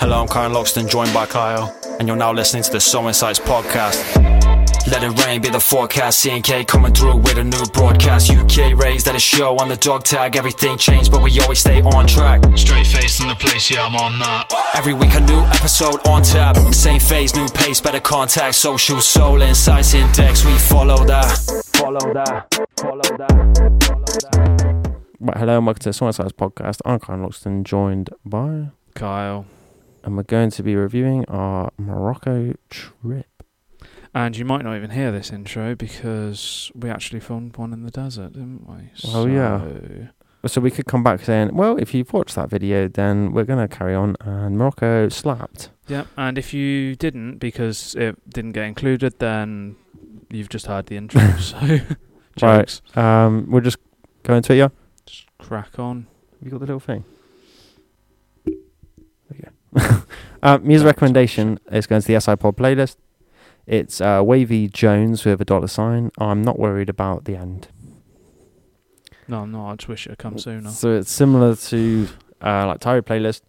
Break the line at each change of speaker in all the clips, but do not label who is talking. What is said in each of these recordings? Hello, I'm Karen Loxton, joined by Kyle, and you're now listening to the So Insights podcast. Let it rain be the forecast. CNK coming through with a new broadcast. UK raised at a show on the dog tag. Everything changed, but we always stay on track.
Straight face in the place, yeah, I'm on that.
Every week a new episode on tap. Same phase, new pace, better contact. Social soul insights index. We follow that. Follow that. Follow that. Follow that.
Right, hello and welcome to the Science Size Podcast. I'm Karen Loxton, joined by,
Kyle.
and we're going to be reviewing our Morocco trip.
And you might not even hear this intro because we actually filmed one in the desert, didn't we?
Oh, yeah. So we could come back saying, well, if you've watched that video, then we're going to carry on. And Morocco slapped.
Yep. And if you didn't because it didn't get included, then you've just heard the intro. so, jokes.
Um, we're just going to it, yeah? Have
Just crack on.
you got the little thing? There you go. um, music recommendation is going to the SI Pod playlist. It's uh, Wavy Jones with a dollar sign. I'm not worried about the end.
No, I'm not. I just wish it had come sooner.
So it's similar to uh, like Tyree playlist,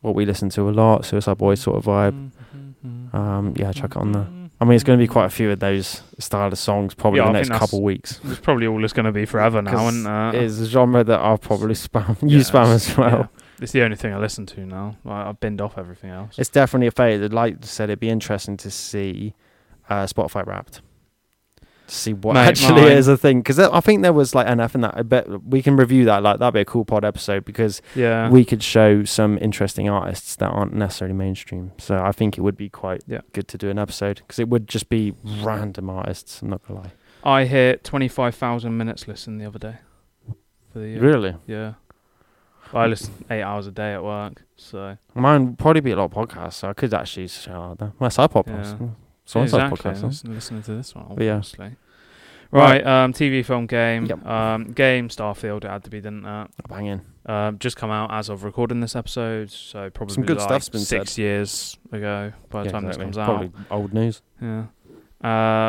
what we listen to a lot, Suicide Boys sort of vibe.
Mm-hmm, Mm.
Um, yeah, check it on there. I mean, it's going to be quite a few of those style of songs probably
Yeah,
the
I
next
think
couple weeks.
It's probably all it's going to be forever now,
'Cause
isn't it?
It's a genre that I'll probably spam, you
Yeah,
spam
it's-
as well.
yeah. It's the only thing I listen to now. Like, I've binned off everything else.
It's definitely a fade. I'd Like I said, it'd be interesting to see uh, Spotify Wrapped. To see what
Mate,
actually
mine-
is a thing. Because I think there was like enough in that. I bet we can review that. Like, that'd be a cool pod episode because
yeah.
we could show some interesting artists that aren't necessarily mainstream. So I think it would be quite
Yeah.
good to do an episode because it would just be random artists. I'm not gonna lie.
I hit 25,000 minutes listen the other day. For the year.
Really,
Yeah. Well, I listen eight hours a day at work, so
mine would probably be a lot of podcasts. So I could actually show that. My side podcast.
Yeah.
So
exactly.
podcast. huh?
listen- listening to this one,
But yeah.
obviously. Right, um, TV, film, game,
Yep.
um, game, Starfield. It had to be, didn't it?
Banging.
Um, just come out as of recording this episode, so probably
good
like
stuff's been
six years ago. By the
Yeah,
time
exactly.
this comes out,
probably old news.
Yeah. Uh,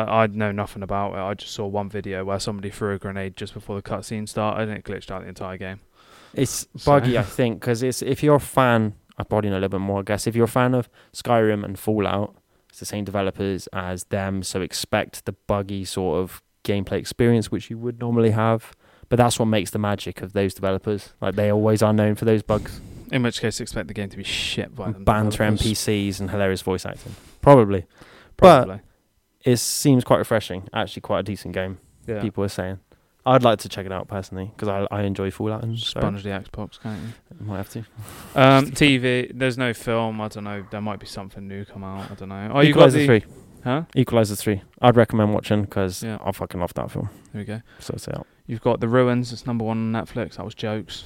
I know nothing about it. I just saw one video where somebody threw a grenade just before the cutscene started, and it glitched out the entire game.
It's
So-
buggy, I think, because it's if you're a fan, I probably know a little bit more. I guess if you're a fan of Skyrim and Fallout, it's the same developers as them, so expect the buggy sort of gameplay experience which you would normally have. But that's what makes the magic of those developers. Like they always are known for those bugs,
In which case, expect the game to be shit by them.
banter
developers.
NPCs and hilarious voice acting. Probably, But-
Probably.
it seems quite refreshing. Actually, quite a decent game.
yeah.
People are saying. I'd like to check it out personally because I, I enjoy Fallout and so
sponge the Xbox, can't you?
might have to.
Um, TV. There's no film. I don't know. There might be something new come out. I don't know. Oh, you got
Equalizer
the
three.
huh?
Equalizer three. I'd recommend watching because
Yeah.
I fucking love that film.
There we go.
So it's out.
You've got the Ruins. It's number one on Netflix. That was jokes.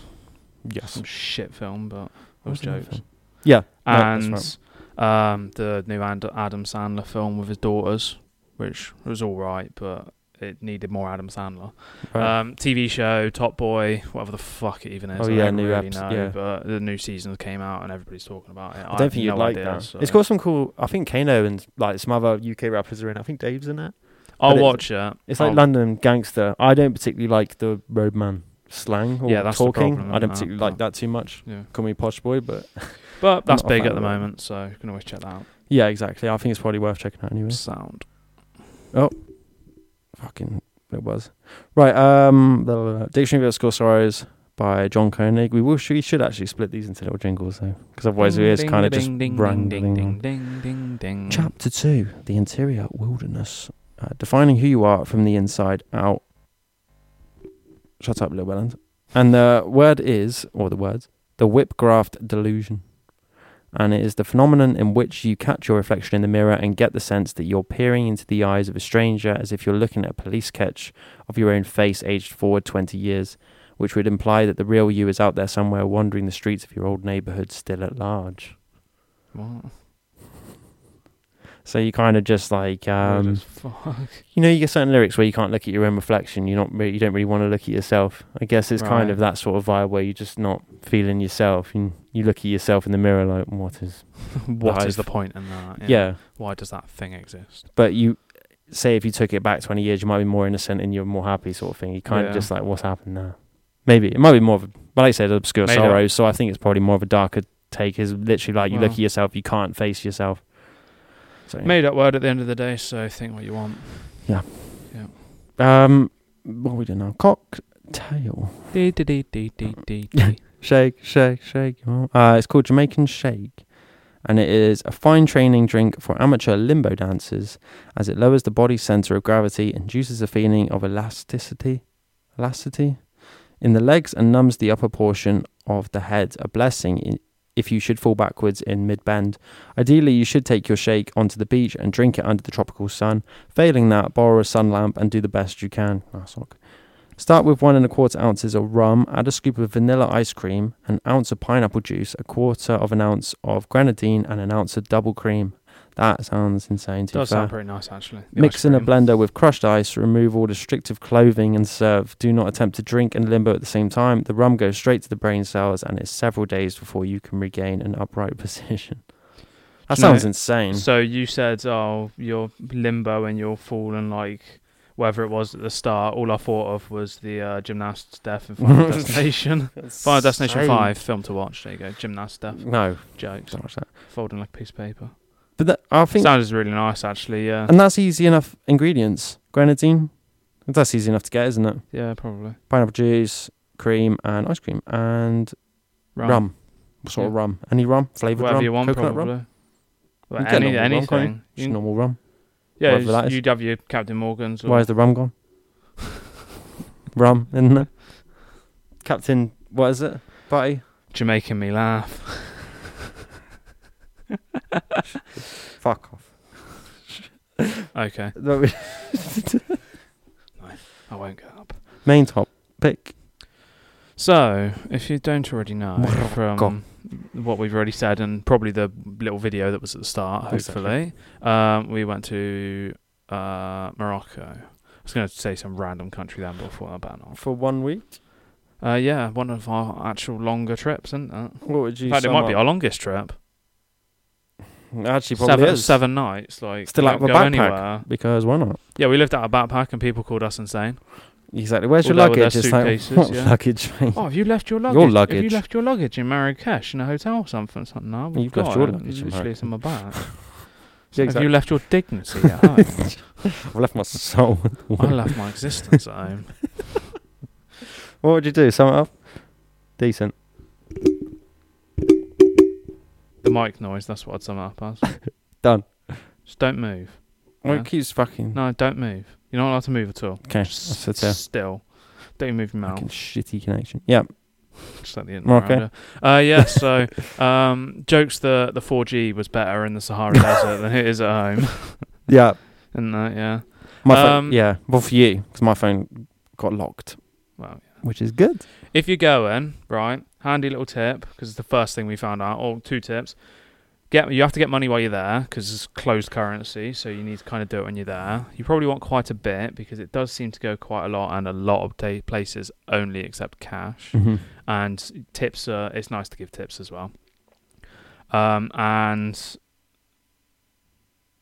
Yes.
Some shit film, but that
What's
was
the name of the
jokes.
Yeah. No, that's
and um, the new And- Adam Sandler film with his daughters, which was all right, but it needed more Adam Sandler.
Right.
Um, TV show Top Boy, whatever the fuck it even is.
Oh,
I
yeah,
don't
new
really
eps-
know,
yeah.
but the new season came out and everybody's talking about it.
I don't think you'd like that. It's got some cool. I think Kano and like some other UK rappers are in. I think Dave's in it.
I'll
but it's-
watch it.
It's like
I'll-
London gangster. I don't particularly like the roadman slang or
Yeah, that's the
talking.
problem,
I don't
isn't it?
particularly like that too much.
Yeah.
Call me posh boy, but
But that's
Not a
big
fan
at
of
the
it.
moment, so you can always check that out.
yeah, exactly. I think it's probably worth checking out anyway.
Sound.
Fucking it was right. Um, blah, blah, blah. dictionary of school sorrows by John Koenig. We will. We should actually split these into little jingles though, because otherwise
Ding,
it's
ding,
kind of
ding,
just
ding,
run.
ding, ding, ding, ding, ding.
Chapter 2 The Interior Wilderness. Uh, defining who you are from the inside out. Shut up, Lil Welland. And the word is, or the words, the whipgraft delusion. And it is the phenomenon in which you catch your reflection in the mirror and get the sense that you're peering into the eyes of a stranger as if you're looking at a police sketch of your own face aged forward 20 years, which would imply that the real you is out there somewhere wandering the streets of your old neighborhood still at large.
What?
So you kind of just like. Um,
Weird as fuck.
you know, you get certain lyrics where you can't look at your own reflection. You're not, re- you don't really want to look at yourself. I guess it's kind
Right.
of that sort of vibe where you're just not feeling yourself, and you look at yourself in the mirror like, "What is?"
What
Life.
is the point in that?
Yeah.
Why does that thing exist?
but you say if you took it back 20 years, you might be more innocent and you're more happy, sort of thing. You kind
Yeah.
of just like, "What's happened now?" Maybe it might be more of, a, but like I said, obscure
Made up.
sorrows. So I think it's probably more of a darker take is literally like you look
Wow.
at yourself, you can't face yourself. So,
Made up word at the end of the day, so think what you want.
um, what are we doing now? Cocktail.
Dee, dee, dee, dee, dee, dee, dee.
Shake, shake, shake. your mom. Uh, it's called Jamaican Shake, and it is a fine training drink for amateur limbo dancers, as it lowers the body's center of gravity, induces a feeling of elasticity, elasticity, in the legs, and numbs the upper portion of the head. A blessing i- if you should fall backwards in mid bend. Ideally, you should take your shake onto the beach and drink it under the tropical sun. Failing that, borrow a sun lamp and do the best you can. Ah, sock. Start with one and a quarter ounces of rum, add a scoop of vanilla ice cream, an ounce of pineapple juice, a quarter of an ounce of grenadine, and an ounce of double cream. That sounds insane to be
Does
fair.
sound pretty nice, actually. The
Mix
ice
in a
cream.
blender with crushed ice, remove all restrictive clothing and serve. Do not attempt to drink and limbo at the same time. The rum goes straight to the brain cells and it's several days before you can regain an upright position. That
Do you know-
sounds insane.
So you said, oh, you're limbo and you're falling like whether it was at the start. All I thought of was the uh, gymnast's death in Final Destination. Final Destination
Insane.
5, film to watch. There you go. Gymnast death.
No,
Jokes.
don't watch that.
Folding like a piece of paper.
But that, I think
Sounds really nice, actually. Yeah.
And that's easy enough ingredients. Grenadine. That's easy enough to get, isn't it?
Yeah, probably.
Pineapple juice, cream, and ice cream, and rum. What sort of rum? Any rum? Flavoured
Whatever
rum?
you want,
Coconut
probably.
rum?
Well,
You get
any,
normal rum, can't you?
anything.
Just
You-
normal rum.
yeah,
whatever that is.
you'd have your Captain Morgan's. Or,
Why is the rum gone? rum, isn't it? Captain, what is it? Buddy?
You're making me laugh.
Fuck off.
Okay,
That was-
I won't go up.
Main top. Pick.
So, if you don't already know
Go.
from what we've already said, and probably the little video that was at the start, hopefully,
Exactly.
um, we went to uh, Morocco. I was going to say some random country then, but I thought I better not.
For one week?
Uh, yeah, one of our actual longer trips, isn't it?
What would you
In fact, it
sum
might be
up?
our longest trip.
Actually, probably
Seven,
is.
seven nights, like
Still out of
don't
a
go
backpack.
anywhere.
Because why not?
Yeah, we lived out of a backpack, and people called us insane.
Exactly. Where's your
Although with our
luggage? It's like,
suitcases,
what
yeah.
luggage, mate?
Oh, have you left your luggage?
Your
Have you
luggage.
left your luggage in Marrakesh in a hotel or something? It's like, no, we've
You've
got
left your
it.
luggage in
Literally, it's in my bag.
Yeah,
Have you left your dignity at home?
I've left my soul.
I left my existence at home.
What would you do? Sum it up? Decent.
The mic noise, that's what I'd sum it up as.
Done.
Just don't move.
Well,
Yeah.
it keeps fucking.
No, don't move. You're not allowed to move at all.
Okay,
Just
that's it, yeah.
still. Don't you move your mouth.
Fucking shitty connection. Yeah.
Just let the end
Okay.
around it. Uh, yeah, so um, jokes the, the 4G was better in the Sahara Desert than it is at home.
Yeah.
And uh, yeah.
My phone.
Um,
Yeah. Well, for you, because my phone got locked,
Well,
which is good.
If you're going, right, handy little tip, because it's the first thing we found out, or two tips. Get You have to get money while you're there, because it's closed currency, so you need to kind of do it when you're there. You probably want quite a bit, because it does seem to go quite a lot, and a lot of ta places only accept
Hmm.
cash.
Mm-hmm.
And tips, are, it's nice to give tips as well. Um, and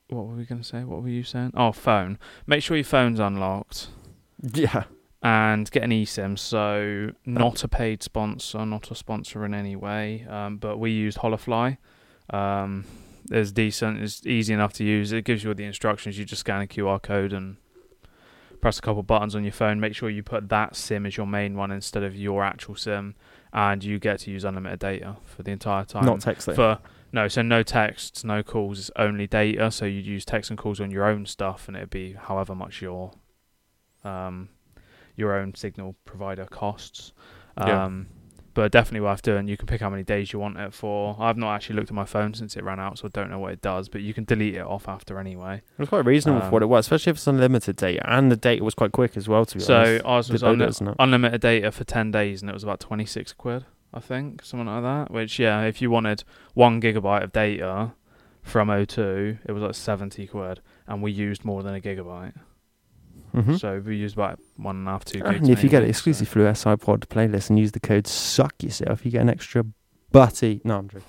what were we going to say? What were you saying? Oh, phone. Make sure your phone's unlocked
Yeah.
and get an eSIM. So not a paid sponsor, not a sponsor in any way. Um, but we used Holofly. Um, it's decent. It's easy enough to use. It gives you all the instructions. You just scan a QR code and press a couple buttons on your phone. Make sure you put that SIM as your main one instead of your actual SIM, and you get to use unlimited data for the entire time.
Not texting.
for no, so no texts, no calls. It's only data. So you'd use text and calls on your own stuff, and it'd be however much your um, your own signal provider costs.
Yeah.
Um, But definitely worth doing. You can pick how many days you want it for. I've not actually looked at my phone since it ran out, so I don't know what it does. But you can delete it off after anyway.
it was quite reasonable for
um,
what it was, especially if it's unlimited data, and the data was quite quick as well. To be
So
honest.
ours
The
was
loader,
unli-
isn't it?
unlimited data for ten days, and it was about twenty six quid, I think, something like that. Which yeah, if you wanted one gigabyte of data from O2, it was like seventy quid, and we used more than a gigabyte.
Mhm.
mm-hmm. So we used about one and a half, two gigs.
And if you get
maybe,
it
so-
exclusive through SI Pod playlist and use the code SUCK yourself, you get an extra butty. No, I'm joking.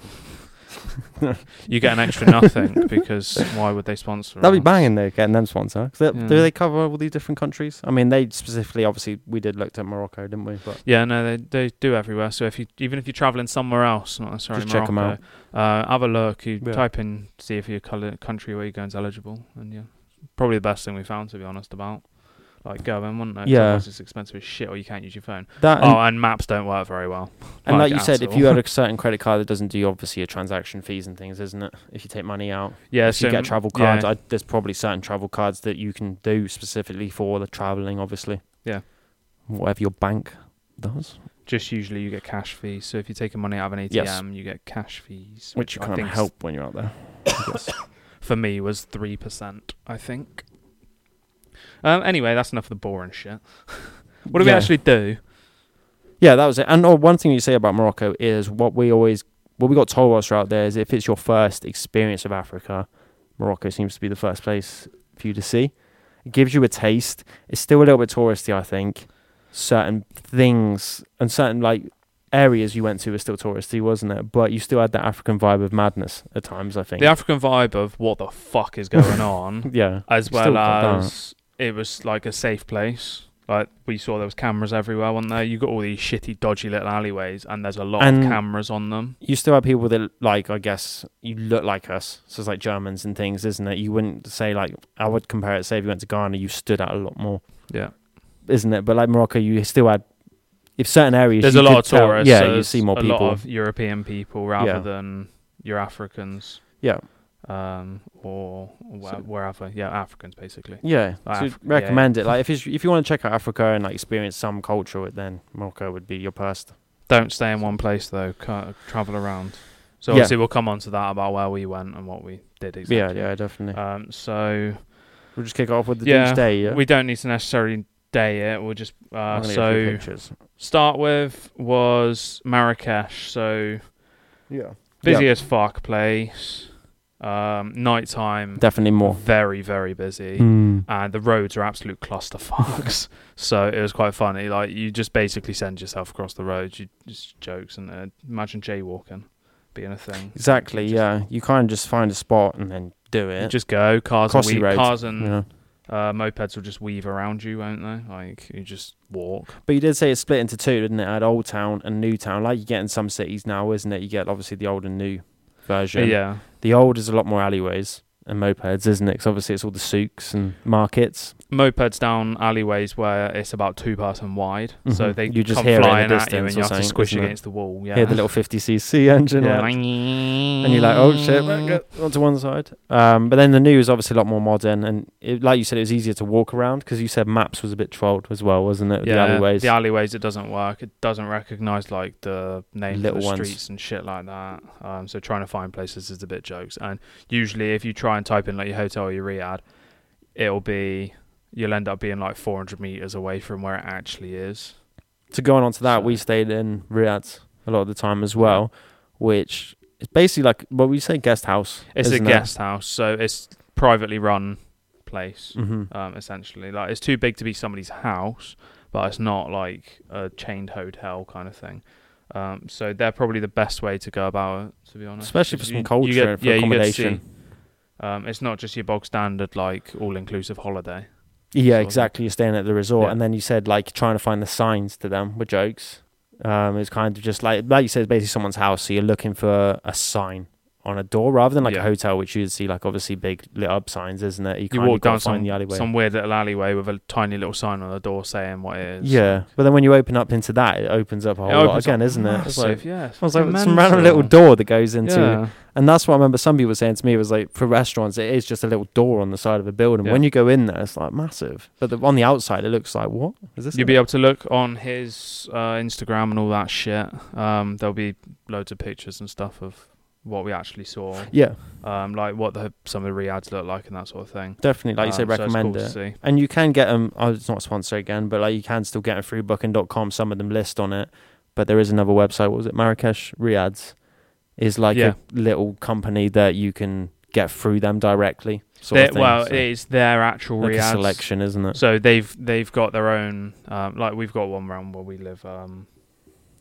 you get an extra nothing because why would they sponsor?
That'd be
us?
banging though, getting them sponsor. 'Cause they- Do
Yeah.
they cover all these different countries? I mean, they specifically, obviously, we did look at Morocco, didn't we? But
Yeah, no, they they do everywhere. So if you even if you're traveling somewhere else, not necessarily
Just check 'em
Morocco, Uh, have a look. You
Yeah.
type in see if your colour, country where you're going's eligible, and yeah, probably the best thing we found to be honest about like going, wouldn't it? 'Cause
Yeah.
otherwise it's expensive as shit, or you can't use your phone.
that,
oh, and maps don't work very well.
and, and like you
like
said,
at
if you
all.
had a certain credit card that doesn't do obviously your transaction fees and things, isn't it? If you take money out,
Yeah,
if
so
you get travel
yeah.
cards, I, there's probably certain travel cards that you can do specifically for the traveling, obviously.
Yeah.
Whatever your bank does,
just usually you get cash fees. So if you're taking money out of an ATM,
Yes.
you get cash fees,
which you
I
can't
think's-
help when you're out there. I guess.
for me was three percent. I think. Um. Anyway, that's enough of the boring shit. What do
Yeah.
we actually do?
Yeah, that was it. And oh, one thing you say about Morocco is what we always, what we got told whilst we're out there is if it's your first experience of Africa, Morocco seems to be the first place for you to see. It gives you a taste. It's still a little bit touristy, I think. Certain things and certain like areas you went to were still touristy, wasn't it? But you still had that African vibe of madness at times, I think.
The African vibe of what the fuck is going on,
yeah.
as
Still
well
got that.
as it was like a safe place. Like we saw, there was cameras everywhere, weren't there? You got all these shitty, dodgy little alleyways, and there's a lot
And-
of cameras on them.
you still have people that like I guess you look like us. So it's like Germans and things, isn't it? You wouldn't say like I would compare it. Say if you went to Ghana, you stood out a lot more,
Yeah.
isn't it? But like Morocco, you still had if certain areas
There's
you
a lot
could
of
tell-
tourists.
yeah,
so
you
there's
see more
a
people.
lot of European people rather
Yeah.
than your Africans.
Yeah.
Um. Or where,
So-
wherever. Yeah, Africans basically.
yeah,
Like
so
Af- yeah,
recommend it. Like if it's, if you want to check out Africa and like experience some culture, then Morocco would be your first.
Don't stay in one place though. Ca- Travel around. So
Yeah.
obviously we'll come on to that about where we went and what we did exactly.
Yeah, yeah, definitely.
Um. So
we'll just kick it off with the
yeah,
beach day. Yeah,
we don't need to necessarily day it. We'll just uh,
I'm gonna get a few
so
pictures.
start with was Marrakesh. So
yeah,
busy as fuck place. Um. Nighttime.
definitely more.
Very very busy.
Mm.
and the roads are absolute clusterfucks. so it was quite funny. Like you just basically send yourself across the roads. You just jokes and uh, imagine jaywalking being a thing.
Exactly.
Just-
yeah, you kind of just find a spot and then do
You
it.
just go cars and
Crossy
we-
roads,
cars
you
and
know.
uh, mopeds will just weave around you, won't they? Like you just walk.
But you did say it's split into two, didn't it? At Old Town and New Town, like you get in some cities now, isn't it? You get obviously the old and new version.
Yeah,
The old is a lot more alleyways and mopeds, isn't it? 'Cause obviously it's all the souks and markets.
mopeds down alleyways where it's about two person wide, so
Mhm.
they
You just
come
hear it in the
flying at you
distance
and
or
you have to
something,
squish
isn't it?
against the wall. Yeah,
Hear the little 50cc engine.
yeah.
like, and you're like, oh shit, right, go- onto one side. Um, but then the new is obviously a lot more modern, and it, like you said, it was easier to walk around because you said maps was a bit trolled as well, wasn't it? the alleyways.
The alleyways, it doesn't work. It doesn't recognize like the names
Little
of the
ones.
streets and shit like that. Um, so trying to find places is a bit jokes. And usually, if you try and type in like your hotel or your Riyadh, it'll be you'll end up being like 400 meters away from where it actually is.
to go on to that, we
So-
stayed in Riyadh a lot of the time as well, which is basically like what we say guest house.
It's
isn't
a guest house, so it's privately run place.
It? hmm
Um, essentially, like it's too big to be somebody's house, but it's not like a chained hotel kind of thing. Um, so they're probably the best way to go about it, to be honest.
Especially
'Cause
for some culture and for
you to
accommodation.
see, um, it's not just your bog standard like all inclusive holiday.
Yeah,
Sort of.
exactly. You're staying at the resort,
Yeah.
and then you said like trying to find the signs to them were jokes. Um, it's kind of just like like you said, it's basically someone's house, so you're looking for a sign on a door rather than like a
Yeah.
hotel, which you'd see like obviously big lit up signs, isn't it?
You
kind of
walk
gotta
down
find
some,
the alleyway.
some weird little alleyway with a tiny little sign on the door saying what it is.
yeah, but then when you open up into that, it opens up a whole
It
lot
opens
again,
up
isn't it? It's like,
massive, yeah,
I was like,
fucking
some random
mental.
little door that goes into
Yeah.
And that's what I remember some people were saying to me was like for restaurants, it is just a little door on the side of a building.
Yeah.
When you go in there, it's like massive. But the, on the outside, it looks like what is this?
You'll
it?
be able to look on his uh, Instagram and all that shit. Um, there'll be loads of pictures and stuff of what we actually saw,
yeah,
um, like what the, some of the Riads look like and that sort of thing.
definitely. Like you say,
Um, so it's
recommend
cool to
it.
see.
And you can get them. Oh, it's not sponsored again, but like you can still get them through Booking.com. Some of them list on it, but there is another website. What was it? Marrakesh Riads is like
Yeah.
a little company that you can get through them directly. Sort
They-
of thing.
well,
So,
it's their actual
like a
Riads.
selection, isn't it?
So they've they've got their own. Um, like we've got one round where we live. Um,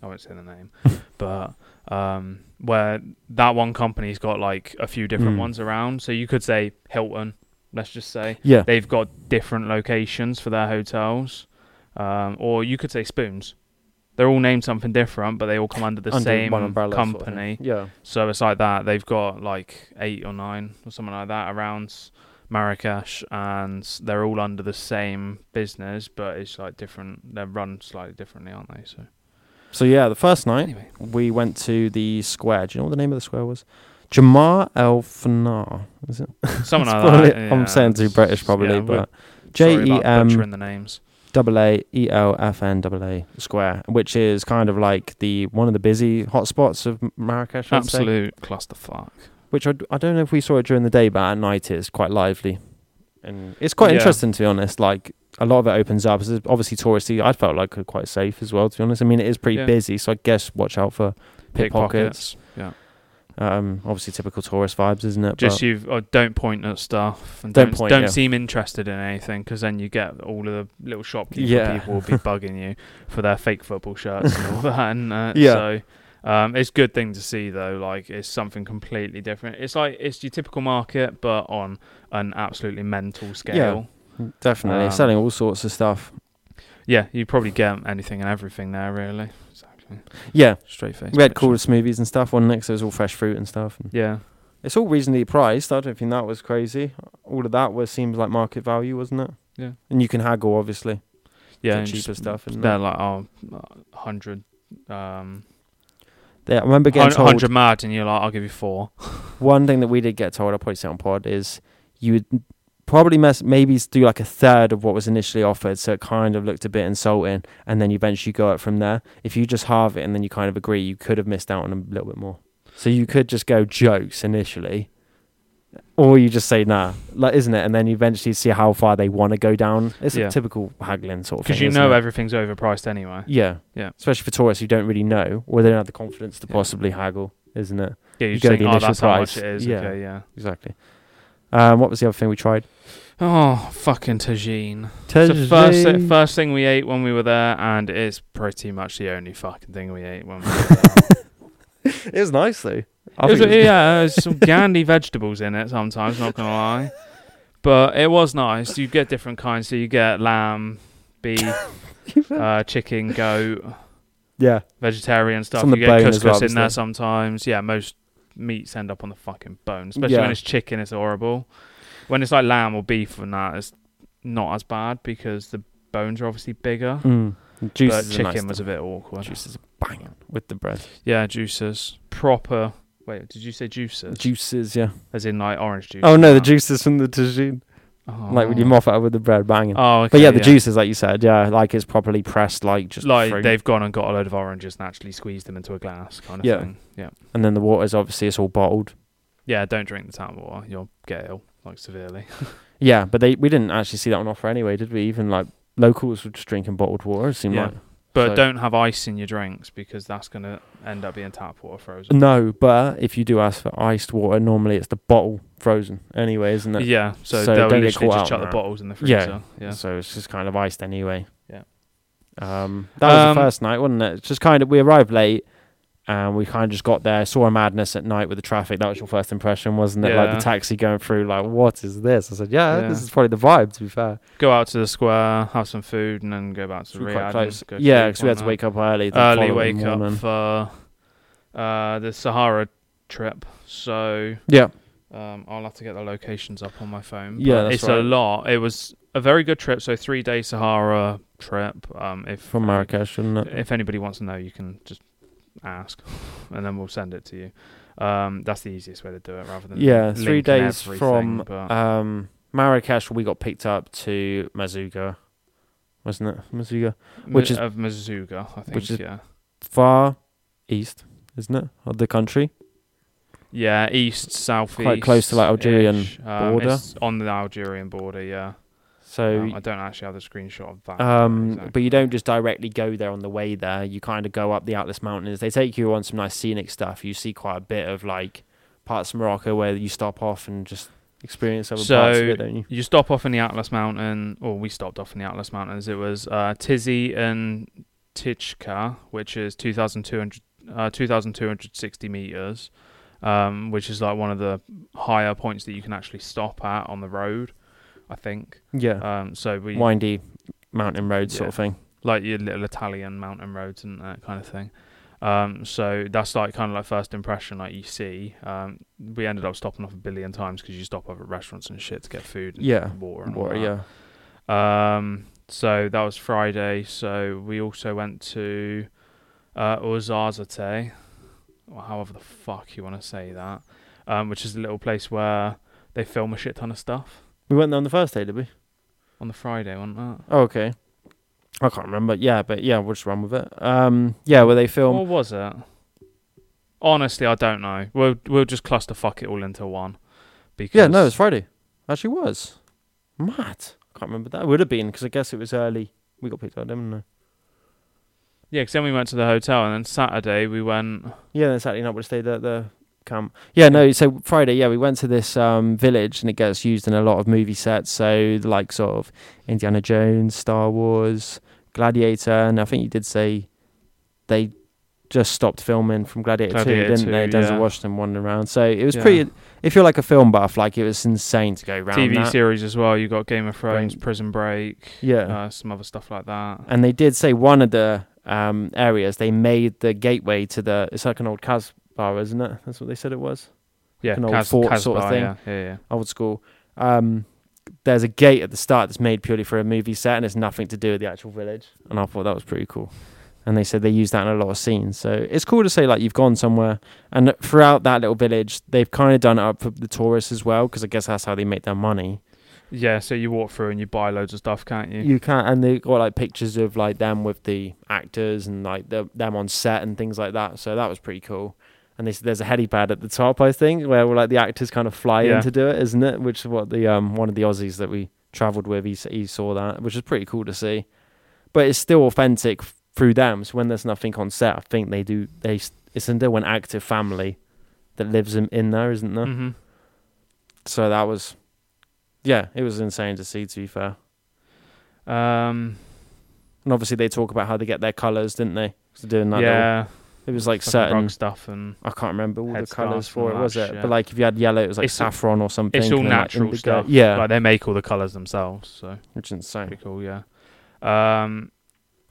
I won't say the name, but um, where that one company's got like a few different
Mm.
ones around. So you could say Hilton, let's just say.
Yeah.
They've got different locations for their hotels. Um, or you could say Spoons. They're all named something different, but they all come under the
Under
same
one umbrella sort of thing.
company.
yeah.
So it's like that. They've got like eight or nine or something like that around Marrakesh, and they're all under the same business, but it's like different. They're run slightly differently, aren't they? So
So yeah, the first night
anyway,
we went to the square. Do you know what the name of the square was? Jamar El Fanar. Is it?
something
It's
like
probably-
that.
I'm
Ah, yeah,
saying too
it's-
British probably,
yeah, we're
but J
sorry
E
about
M
butchering the names.
double A E L F N double A square, which is kind of like the one of the busy hotspots of Marrakesh. I'd say.
Absolute clusterfuck.
Which I, d- I don't know if we saw it during the day, but at night it's quite lively, and it's quite
Yeah.
interesting to be honest. Like a lot of it opens up. It's obviously touristy. I felt like quite safe as well. To be honest, I mean it is pretty
Yeah.
busy, so I guess watch out for pickpockets.
Pickpockets. Yeah.
Um, obviously typical tourist vibes, isn't it?
Just
But-
you. Oh, don't point at stuff and
Don't
don't
point,
point, don't
yeah.
seem interested in anything because then you get all of the little shopkeeper
Yeah.
people will be bugging you for their fake football shirts and all that. And uh,
Yeah.
so um, it's a good thing to see though. Like it's something completely different. It's like it's your typical market, but on an absolutely mental scale.
definitely
um,
selling all sorts of stuff.
Yeah, you probably get anything and everything there. Really, exactly.
Yeah,
Straight face.
we had
picture.
cool smoothies and stuff. One next to it was all fresh fruit and stuff. And
Yeah,
It's all reasonably priced. I don't think that was crazy. All of that was seems like market value, wasn't it?
Yeah.
And you can haggle, obviously.
yeah.
Get
and
cheaper
just-
stuff and
They're like oh, hundred. Um,
They, I remember getting told
100 mad and you're like, I'll give you four.
one thing that we did get told. I'll probably say on pod is you would probably mess maybe s- do like a third of what was initially offered, so it kind of looked a bit insulting, and then you eventually go up from there. If you just halve it and then you kind of agree, you could have missed out on a little bit more. So you could just go jokes initially. Or you just say nah, like isn't it? And then you eventually see how far they want to go down. It's
Yeah.
a typical haggling sort of thing.
Because you
isn't
know
it?
everything's overpriced anyway.
Yeah.
Yeah.
Especially for tourists who don't really know or they don't have the confidence to
Yeah.
possibly haggle, isn't it?
Yeah, you,
You
just
go
think,
the
oh,
initial
that's how much
price.
it is.
Yeah.
Okay, yeah.
Exactly. Um, what was the other thing we tried?
Oh, fucking tagine. It's the first, thi- first thing we ate when we were there, and it's pretty much the only fucking thing we ate when we were there.
it was nice though. I
It was,
think it was-
yeah, there's some gandy vegetables in it sometimes, not going to lie. But it was nice. You get different kinds. So you get lamb, beef, uh, chicken, goat.
yeah.
vegetarian stuff.
on the
You get
bone as
couscous
well,
in there
obviously.
sometimes. Yeah, most meats end up on the fucking bone, especially
Yeah.
when it's chicken. It's horrible. When it's like lamb or beef and that, it's not as bad because the bones are obviously bigger.
Mm. Juice
but
is
chicken
a nice
was a
stuff.
bit awkward.
juices are banging with the bread.
Yeah, juices. Proper. Wait, did you say juices?
Juices, yeah.
As in like orange juice.
Oh
and
no, the
that.
juices from the tagine.
Oh.
Like when you mop it up with the bread, banging.
Oh, okay,
but yeah, the juices, like you said, yeah, like it's properly pressed, like just
Like
fruit.
they've gone and got a load of oranges and actually squeezed them into a glass, kind of
Yeah.
thing. Yeah.
and then the water is obviously it's all bottled.
Yeah. Don't drink the tap water. You'll get ill like severely.
Yeah, but they we didn't actually see that on offer anyway, did we? Even like locals were just drinking bottled water. It seemed
Yeah.
like
But
So-
don't have ice in your drinks because that's going to end up being tap water frozen.
No, but if you do ask for iced water, normally it's the bottle frozen anyway, isn't it?
Yeah, so,
So
they'll
don't get
literally
caught out
just chuck
on
the
that.
bottles in the
Yeah.
freezer. Yeah.
So it's just kind of iced anyway.
Yeah.
Um, that was
Um,
the first night, wasn't it? It's just kind of we arrived late, and we kind of just got there. Saw a madness at night with the traffic. That was your first impression, wasn't it? Like
Yeah.
the taxi going through. Like, what is this? I said, yeah,
Yeah.
this is probably the vibe. To be fair,
Go out to the square, have some food, and then go back to the
we were quite
Riyadh.
close.
and go
Yeah,
sleep
because we
on
had to
that.
wake up early. the
early
following
wake
morning.
up for uh, the Sahara trip. So
Yeah,
um, I'll have to get the locations up on my phone.
Yeah,
but
that's
it's a
right.
lot. It was a very good trip. So three day Sahara trip. Um, if
from Marrakesh, isn't it?
if anybody wants to know, you can just ask, and then we'll send it to you. Um, that's the easiest way to do it, rather than
Yeah, three
linking
days
everything,
from,
but-
Um, Marrakesh, we got picked up to Mazuga, wasn't it? Mazuga, which
Mi-
is-
of Mazuga, I think.
which is-
yeah,
far east, isn't it, of the country?
yeah, east southeast,
close to, like, Algerian
um,
border.
it's on the Algerian border. Yeah,
So,
um, I don't actually have the screenshot of that.
um, but you don't just directly go there on the way there. You kind of go up the Atlas Mountains. They take you on some nice scenic stuff. You see quite a bit of like parts of Morocco where you stop off and just experience other parts of
So-
it, don't you?
You stop off in the Atlas Mountain, or we stopped off in the Atlas Mountains. It was uh, Tizi and Tichka, which is 2,200, uh, 2,260 meters, um, which is like one of the higher points that you can actually stop at on the road, I think.
Yeah.
Um, so we
Uh, Windy mountain road
Yeah.
sort of thing.
like your little Italian mountain roads and that kind of thing. Um, so that's like kind of like first impression, like you see. Um, we ended up stopping off a billion times because you stop off at restaurants and shit to get food, and
Yeah.
water, and all
Water,
that.
yeah.
Um, so that was Friday. So we also went to uh, Uzazate, or however the fuck you want to say that, um, which is a little place where they film a shit ton of stuff
We went there on the first day, did we?
on the Friday, wasn't that?
Oh, okay. I can't remember. Yeah, but yeah, we'll just run with it. Um, yeah, where they film.
Or was it? Honestly, I don't know. We'll we'll just cluster fuck it all into one. Because
yeah, no, it's Friday. Actually, was mad. Can't remember that. Would have been because I guess it was early. We got picked up, didn't we?
yeah. 'cause then we went to the hotel, and then Saturday we went.
Yeah, then Saturday night we stayed at the camp. Yeah, no, so Friday, yeah, we went to this um, village and it gets used in a lot of movie sets. So the likes of Indiana Jones, Star Wars, Gladiator, and I think you did say they just stopped filming from Gladiator, 2,
Gladiator
didn't they?
2,
Denzel
yeah.
Washington wandering around. So it was
Yeah.
pretty. If you're like a film buff, like it was insane to go round
TV
that.
series as well. You got Game of Thrones,
Brain-
Prison Break,
Yeah.
uh, some other stuff like that.
and they did say one of the um, areas they made the gateway to the. It's like an old Casbah, isn't it? That's what they said it was.
Yeah,
an old
Cas-
fort sort of
Casbah,
thing.
Yeah, yeah, yeah.
old school. Um, there's a gate at the start that's made purely for a movie set, and it's nothing to do with the actual village. And I thought that was pretty cool. And they said they use that in a lot of scenes, so it's cool to say like you've gone somewhere. And throughout that little village, they've kind of done it up for the tourists as well, because I guess that's how they make their money.
Yeah, so you walk through and you buy loads of stuff, can't you?
You can't, and they got like pictures of like them with the actors and like the, them on set and things like that. So that was pretty cool. And they, said there's a helipad at the top, I think, where like the actors kind of fly
Yeah.
in to do it, isn't it? Which is what the um one of the Aussies that we travelled with, he s- he saw that, which is pretty cool to see. But it's still authentic f- through them. So when there's nothing on set, I think they do they s- it's still an active family that lives in, in there, isn't there?
Mhm.
So that was, yeah, it was insane to see. To be fair.
Um,
And obviously, they talk about how they get their colours, didn't they? 'Cause they're doing that. little-
yeah,
it was like
fucking
certain.
rug stuff and
I can't remember all the
headscarves
colours for
and
it,
all
was
that
it?
shit.
But like, if you had yellow, it was like
It's-
saffron or something.
it's all
and then, like,
natural
indigo.
stuff.
Yeah,
like they make all the colors themselves. So
which is insane.
pretty cool, yeah. Um,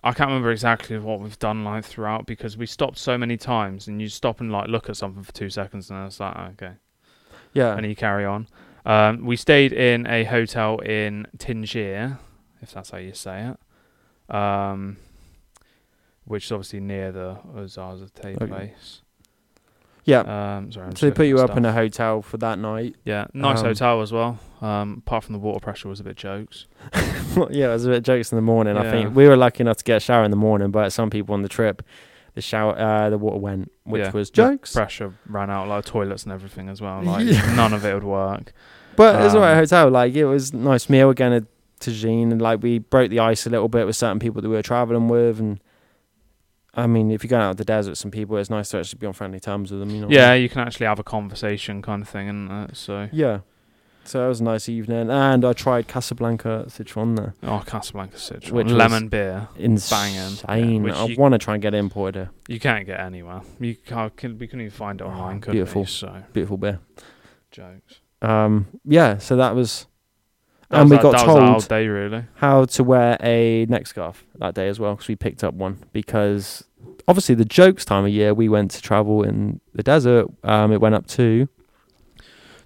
I can't remember exactly what we've done like throughout because we stopped so many times, and you stop and like look at something for two seconds, and it's like "Oh, okay,
Yeah,
and you carry on. Um, we stayed in a hotel in Tangier, if that's how you say it, um, which is obviously near the Ozazate
Okay.
place.
yeah.
Um, sorry, I'm just
so they put
looking
you
at
up in
stuff.
a hotel for that night.
yeah, nice
um,
hotel as well. Um, apart from the water pressure was a bit jokes.
yeah, it was a bit jokes in the morning. I
Yeah.
think we were lucky enough to get a shower in the morning, but some people on the trip, the shower, uh, the water went, which
Yeah,
was
the
jokes.
Pressure ran out, like toilets and everything as well. Like
Yeah.
none of it would work.
But it was alright
Um,
hotel. Like it was nice meal again at Tajine, and like we broke the ice a little bit with certain people that we were traveling with, and I mean, if you're going out to the desert, with some people, it's nice to actually be on friendly terms with them. You know.
Yeah, you can actually have a conversation kind of thing, and it? so
Yeah. So it was a nice evening, and I tried Casablanca Sichuan there.
oh, Casablanca citron,
Which was-
lemon beer.
Insane.
which
I
you-
want to try and get it imported. here.
You can't get anywhere. You can't, can, we couldn't even find it
Oh,
online. could
beautiful.
we? So
Beautiful beer.
jokes.
Um. Yeah. So that was,
That
and
was
we
our-
got
that was our
told
whole day really.
how to wear a neck scarf that day as well because we picked up one because obviously the jokes time of year we went to travel in the desert um it went up to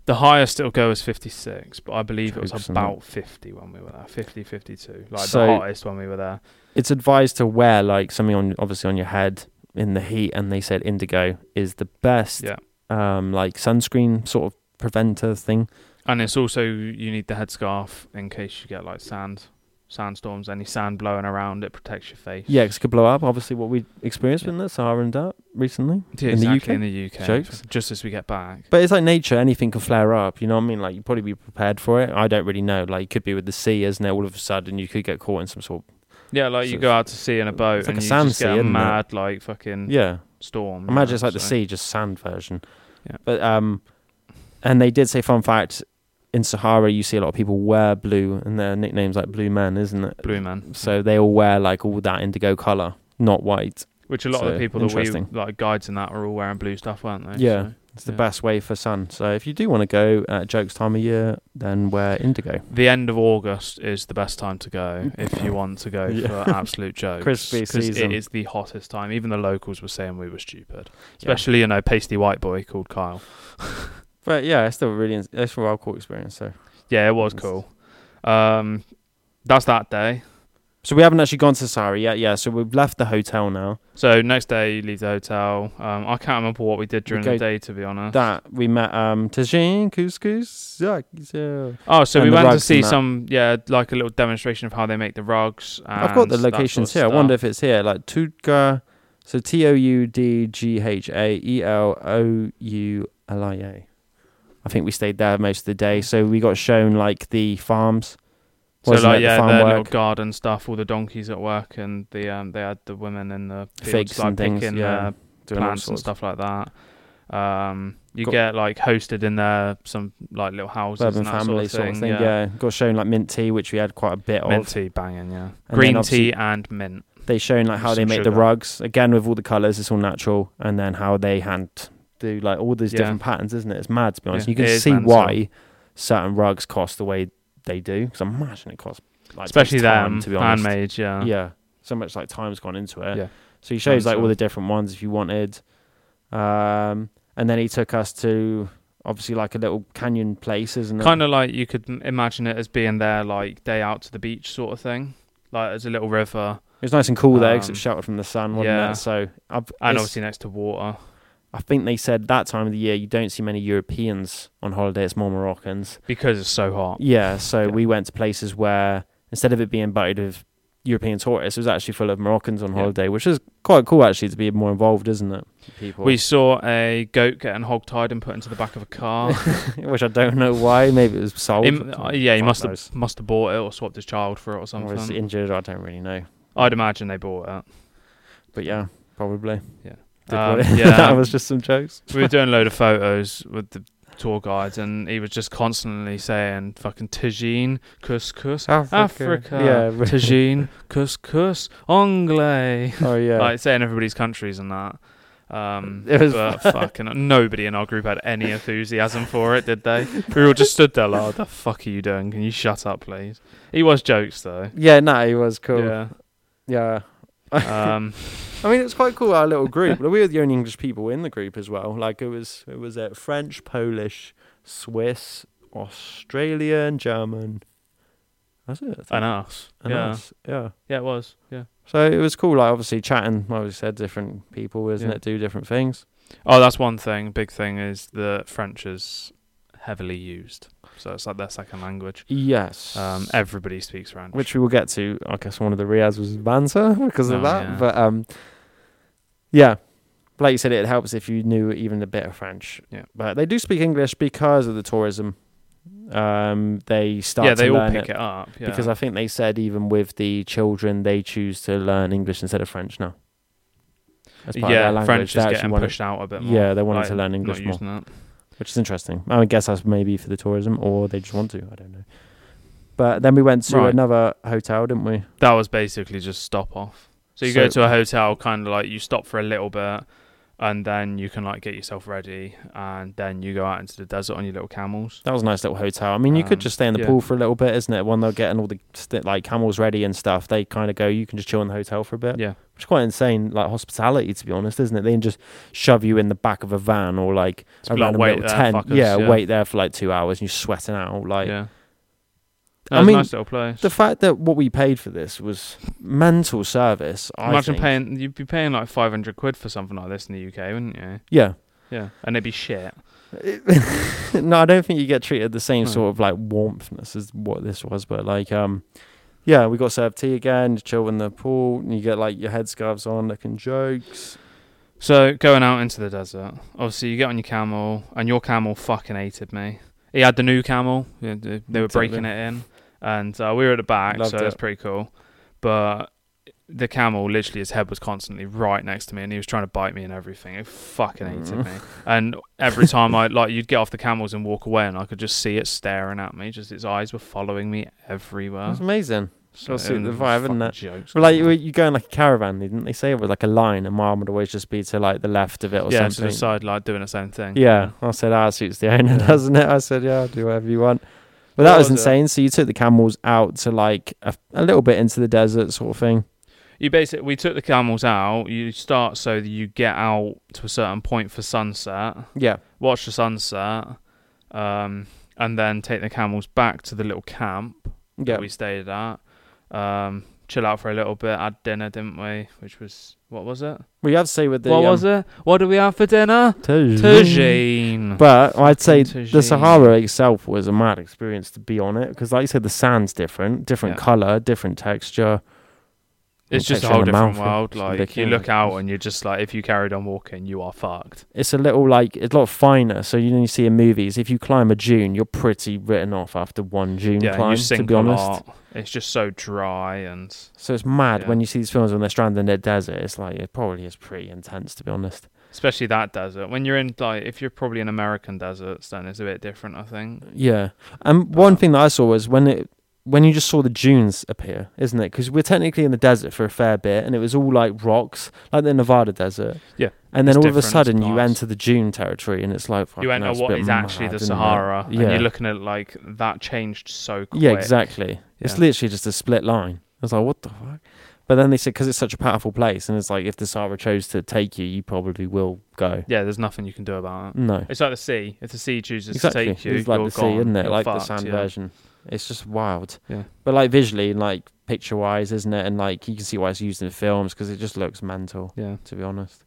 The highest it'll go is 56, but I believe it
Jokes
was
and that.
about 50 when we were there. 50, 52, like
So-
the hottest when we were there.
it's advised to wear like something on obviously on your head in the heat and they said indigo is the best
Yeah.
um like sunscreen sort of preventer thing
And it's also you need the headscarf in case you get like sand, sandstorms, any sand blowing around. It protects your face.
yeah 'cause it could blow up obviously what we experienced
Yeah.
in the Sahara and that recently
Yeah,
in the
exactly,
UK?
in the UK.
Jokes?
Just as we get back.
But it's like nature, anything can flare up, you know what I mean? Like, you'd probably be prepared for it. I don't really know. Like, it could be with the sea, isn't it? All of a sudden, you could get caught in some sort of.
Yeah, like you
So
go out to sea in a boat
it's like
and
a
you
sand
just
sea,
get a
isn't it?
mad like fucking
Yeah.
storm.
Imagine
you
it's
know,
like the
so-
sea, just sand version.
Yeah.
But, um, and they did say, fun fact, in Sahara, you see a lot of people wear blue, and their nickname's like Blue Man, isn't it?
Blue man.
So they all wear like all that indigo color not white.
Which a lot of
So,
the people that we
interesting.
like guides and that were all wearing blue stuff, weren't they?
Yeah.
So,
It's the
Yeah.
best way for sun. So if you do want to go at Jokes time of year, then wear indigo.
the end of August is the best time to go if you want to go
Yeah.
for absolute jokes.
Crispy
'cause
season.
It is the hottest time. Even the locals were saying we were stupid, especially you know pasty white boy called Kyle.
But yeah, it's still really in- it's a wild cool experience. So
Yeah, it was
Yes.
cool. Um, that's that day.
so we haven't actually gone to Sari yet. Yeah, so we've left the hotel now.
So next day, you leave the hotel. Um, I can't remember what we did during
go-
the day, to be honest.
That we met um Tajin Couscous. Zak, Zak.
oh, so
and
we
the
went to
rugs
see
and that.
some, yeah, like a little demonstration of how they make the rugs.
I've got the
and that sort of
locations here. I wonder
stuff.
if it's here. Like Tudga, so T O U D G H A E L O U L I A. I think we stayed there most of the day, so we got shown like the farms.
so
Wasn't it,
like
the
yeah,
farm
their
work?
little garden stuff, all the donkeys at work, and the um, they had the women in the fields,
Figs
like
and things,
picking
yeah,
uh,
doing all
plants and
sorts.
stuff like that. Um, you
Got-
get like hosted in there, some like little houses,
Urban
and that
family
sort of thing.
Yeah. got shown like mint tea, which we had quite a bit
Mint
of.
tea banging, yeah.
then
Green
obviously-
tea and mint.
They shown like how they
Some
make the
sugar.
rugs again with all the colours. It's all natural, and then how they hand do like all these
Yeah.
different patterns, isn't it? It's mad to be honest.
Yeah,
you can
it is
see
mental.
why certain rugs cost the way they do. Because I imagine it costs like
Especially
takes time,
them,
to be honest.
handmade, yeah.
yeah so much like time's gone into it
Yeah.
so he shows like all
Mental.
the different ones if you wanted um and then he took us to obviously like a little canyon place isn't it
Kind of like you could m- imagine it as being there, like day out to the beach sort of thing. Like there's a little river,
it was nice and cool there 'cause there because
um,
it's sheltered from the sun wasn't
yeah.
it so I've,
and
it's-
obviously next to water.
i think they said that time of the year you don't see many europeans on holiday it's more moroccans
Because it's so hot.
yeah so
Yeah.
we went to places where instead of it being butted with european tourists it was actually full of moroccans on
Yeah.
holiday which is quite cool actually to be more involved isn't it people
We saw a goat getting hogtied and put into the back of a car.
which I don't know why. Maybe it was sold.
Him- uh, yeah, he
Fuck
must
knows. Oh,
have must have bought it or swapped his child for it or
Or was
something.
injured. I don't really know.
I'd imagine they bought it.
But yeah, probably.
Yeah.
Did
Um,
what-
yeah.
that was just some jokes.
we were doing a load of photos with the tour guides, and he was just constantly saying fucking tagine, couscous, Africa,
Yeah. but-
tagine, couscous, anglais.
Oh yeah.
Like saying everybody's countries and that. Um,
It was-
but fucking nobody in our group had any enthusiasm for it, did they? We all just stood there like, "What the fuck are you doing? Can you shut up, please?" He was jokes though.
yeah. No, he was cool. Yeah.
Yeah. Um,
I mean, it was quite cool. Our little group. we were the only English people in the group as well. Like it was. It was uh, French, Polish, Swiss, Australian, German. That's it. I think.
and us.
And
yeah.
us. Yeah.
Yeah, it was. Yeah.
So it was cool, like obviously chatting, like we said, different people, isn't
Yeah.
it? Do different things.
Oh, that's one thing. Big thing is the French is heavily used, so it's like their second language.
Yes.
Um, everybody speaks French.
which we will get to. I guess one of the Riaz was banter because of
Oh,
that.
yeah.
But um, yeah, like you said, it helps if you knew even a bit of French.
Yeah.
But they do speak English because of the tourism. Um, they start.
yeah, they
to
all
learn
pick it, up. Yeah.
because I think they said even with the children, they choose to learn English instead of French now. As part of their
yeah,
language,
French
they
is
actually
getting
want it-
pushed out a bit more.
Yeah, they wanted
like,
to learn English
not
more,
using that.
which is interesting. I would guess that's maybe for the tourism, or they just want to. I don't know. But then we went to
Right.
another hotel, didn't we?
That was basically just stop off. So you go
So-
to a hotel, kind of like you stop for a little bit, and then you can like get yourself ready, and then you go out into the desert on your little camels.
That was a nice little hotel. I mean, you could
Um,
just stay in the
yeah.
pool for a little bit, isn't it? When they're getting all the st- like camels ready and stuff, they kind of go. You can just chill in the hotel for a bit,
Yeah.
which is quite insane. Like hospitality, to be honest, isn't it? They can just shove you in the back of a van or like
Just
a
be like,
random
"Wait
little
there,
tent.
fuckers,"
yeah,
yeah.
wait there for like two hours and you're sweating out. Like
yeah.
I
That was
mean,
a nice little place.
the fact that what we paid for this was mental service. I
Imagine
think.
paying, you'd be paying like 500 quid for something like this in the UK, wouldn't you?
Yeah.
Yeah. And it'd be shit.
no, I don't think you get treated the same
No.
sort of like warmthness as what this was, but like um yeah, we got served tea again, chill in the pool, and you get like your headscarves on, looking jokes.
So going out into the desert, obviously you get on your camel, and your camel fucking hated me. He had the new camel. yeah, They they were
Exactly.
breaking it in, and uh, we were at the back,
Loved
so that's
it.
pretty cool. But the camel, literally, his head was constantly right next to me, and he was trying to bite me and everything. It fucking hated
Mm.
me. And every time I like, you'd get off the camels and walk away, and I could just see it staring at me. Just its eyes were following me
It
everywhere.
was amazing. That's
and
the vibe, isn't
fucking
it?
Jokes.
Well, like you- you go in like a caravan, didn't they say it was like a line, and mine would always just be to like the left of it or
yeah, to
something.
the side, like doing the same thing.
Yeah, I said, ah, suits the owner,
Yeah.
doesn't it? I said, yeah, I'll do whatever you want. But
What
that was
was it?
insane. So you took the camels out to like a, a little bit into the desert, sort of thing.
You basically we took the camels out. You start so that you get out to a certain point for sunset,
Yeah,
watch the sunset, um, and then take the camels back to the little camp
yeah,
that we stayed at. Um, chill out for a little bit. Had dinner, didn't we? Which was what was it?
we have to say with the um, Mm.
what was it? What did we have for dinner? Tagine.
But I'd say
Fucking
the
tagine.
Sahara itself was a mad experience to be on it because, like you said, the sand's different, different
Yeah.
color, different texture.
It's just a
Texture
whole
in the
different
mouth,
world.
it's
Like you
ridiculous.
look out and you're just like, if you carried on walking, you are fucked.
It's a little like it's a lot finer. So you know you see in movies, if you climb a dune, you're pretty written off after one dune
Yeah,
climb.
you
To
sink
be
a
honest,
lot. It's just so dry and
So it's mad
Yeah.
when you see these films when they're stranded in the desert. It's like it probably is pretty intense to be honest.
especially that desert. When you're in like, if you're probably in American deserts, then it's a bit different. I think.
Yeah. And one
But-
thing that I saw was when it when you just saw the dunes appear, isn't it? Because we're technically in the desert for a fair bit, and it was all like rocks, like the Nevada desert.
Yeah.
And then
It's
all of a
different, it's
sudden you
nice.
enter the dune territory, and it's like
you
fucking
won't know
hell, it's a
what
bit
is actually
mad,
the
isn't it?
Sahara,
Yeah.
and you're looking at like that changed so quick.
Yeah, exactly. It's
Yeah.
literally just a split line. I was like, what the fuck? But then they said because it's such a powerful place, and it's like if the Sahara chose to take you, you probably will go.
Yeah, there's nothing you can do about it.
No.
It's like the sea. If the sea chooses
exactly.
to take you,
it's like
you're
the sea,
gone.
isn't it?
You're
Like
fucked,
the sand
yeah.
version. It's just wild.
Yeah.
But like visually and like picture wise, isn't it? And like you can see why it's used in films because it just looks mental,
Yeah,
to be honest.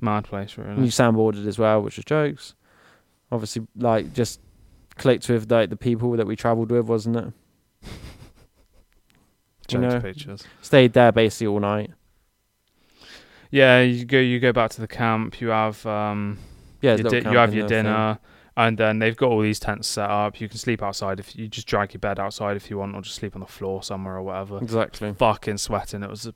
mad place really.
And you soundboarded as well, which was jokes. Obviously, like just clicked with like the people that we travelled with, wasn't it? you
Jokes
know.
pictures.
Stayed there basically all night.
Yeah, you go you go back to the camp. You have um,
Yeah,
you,
little
di- you
camping
have your
little thing.
dinner, and then they've got all these tents set up. You can sleep outside if you just drag your bed outside if you want, or just sleep on the floor somewhere or whatever.
Exactly.
Fucking sweating. It was a-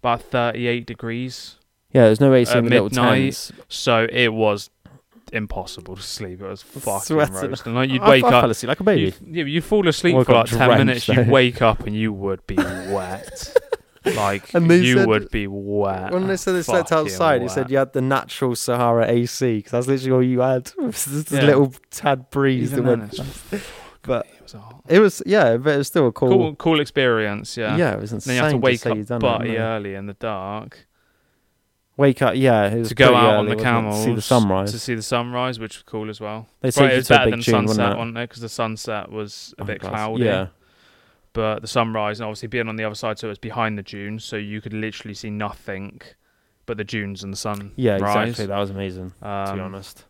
about 38 degrees,
Yeah, there's no AC
At
in the little
midnight,
tents.
so it was impossible to sleep. It was fucking
Sweating.
roasting. Like you'd
I-
wake
I fell
up.
asleep like a baby.
You, yeah, you fall asleep
Woke
for like
up
10
drenched,
minutes. You
though.
wake up and you would be wet. like
And they
you
said-
would be wet.
When they said they slept
Fucking
outside, he
wet.
said you had the natural Sahara AC because that's literally all you had. was this
Yeah.
little tad breeze
Even
that
then,
went.
it's-
But
it was hot.
it was yeah, but it was still a cool.
cool, cool experience. Yeah.
yeah. it was insane.
Then you have to wake
say
up
you'd done it,
butty
didn't it?
early in the dark
Wake up, yeah. It was
to go
pretty
out
early,
on the
wasn't it, to
camels
see the sunrise.
to see the sunrise, which was cool as well.
they
Right,
say
it
you
was
to a
better
big
than
tune, wasn't
sunset,
it?
wasn't it? Because the sunset was a
Oh,
bit
God.
cloudy,
Yeah,
but the sunrise and obviously being on the other side, so it was behind the dunes, so you could literally see nothing but the dunes and the sun.
yeah,
rise.
exactly. That was amazing.
Um,
to be honest,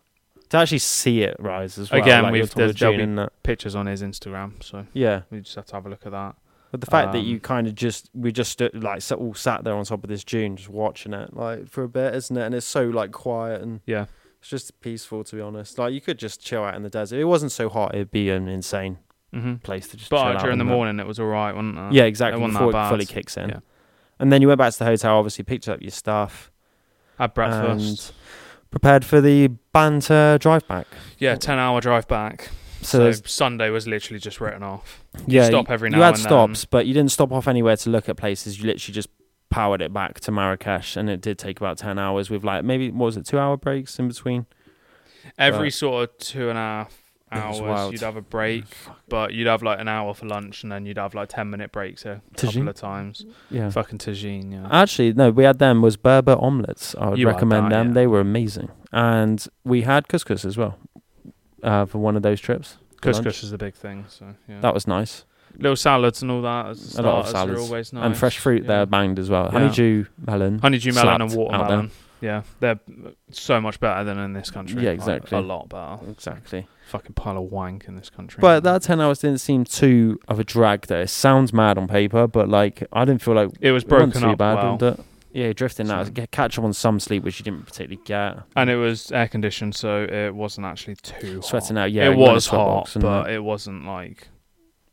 to actually see it rise as well.
Again,
like, you're
we've-
talking
there's- there'll
tune, isn't it?
pictures on his Instagram, so
yeah.
we just have to have a look at that.
But the fact that
Um,
you kind of just we just stood, like sat, all sat there on top of this dune, just watching it like for a bit, isn't it? And it's so like quiet and
Yeah.
it's just peaceful to be honest. Like you could just chill out in the desert. If it wasn't so hot, it'd be an insane
hmm
place to just. chill
But
out
during the
in
morning, it was all right, wasn't it?
yeah, exactly.
wasn't that
Before it
bad.
fully kicks in,
Yeah.
and then you went back to the hotel. Obviously, picked up your stuff,
Had breakfast.
and prepared for the banter drive back.
yeah, ten hour drive back.
So,
So,
there's-
Sunday was literally just written off.
yeah,
stop
you-
every
you
now
had
and then.
stops, but you didn't stop off anywhere to look at places. You literally just powered it back to Marrakesh, and it did take about ten hours with like maybe what was it two hour breaks in between.
Every
Right.
sort of two and a half
It was
hours,
wild. Mm.
you'd have a break, but you'd have like an hour for lunch, and then you'd have like ten minute breaks a
Tagine?
couple of times.
Yeah. Ah,
Fucking tagine, yeah.
Actually, no, we had them was Berber omelets. I would
You had
recommend
that,
them.
yeah.
They were amazing, and we had couscous as well uh, for one of those trips. for
Couscous
lunch.
is the big thing, so yeah.
That was nice,
Little salads and all that. As
A lot of
starters are
salads.
always nice.
and fresh fruit
yeah.
there banged as well.
Yeah.
Honeydew melon.
Honeydew melon and
slapped out there.
watermelon. Yeah, they're so much better than in this country.
Yeah,
Like,
exactly.
a lot better.
Exactly.
Fucking pile of wank in this country.
But that ten hours didn't seem too of a drag. Though it sounds mad on paper, but like I didn't feel like
it was
It wasn't
broken
too
up well,
didn't it? Yeah, drifting out.
So-
Get- Catch up on some sleep, which you didn't particularly get.
and it was air conditioned, so it wasn't actually too hot.
Sweating out, yeah.
it
you were in a
was
sweat
hot,
box and
but
that.
it wasn't like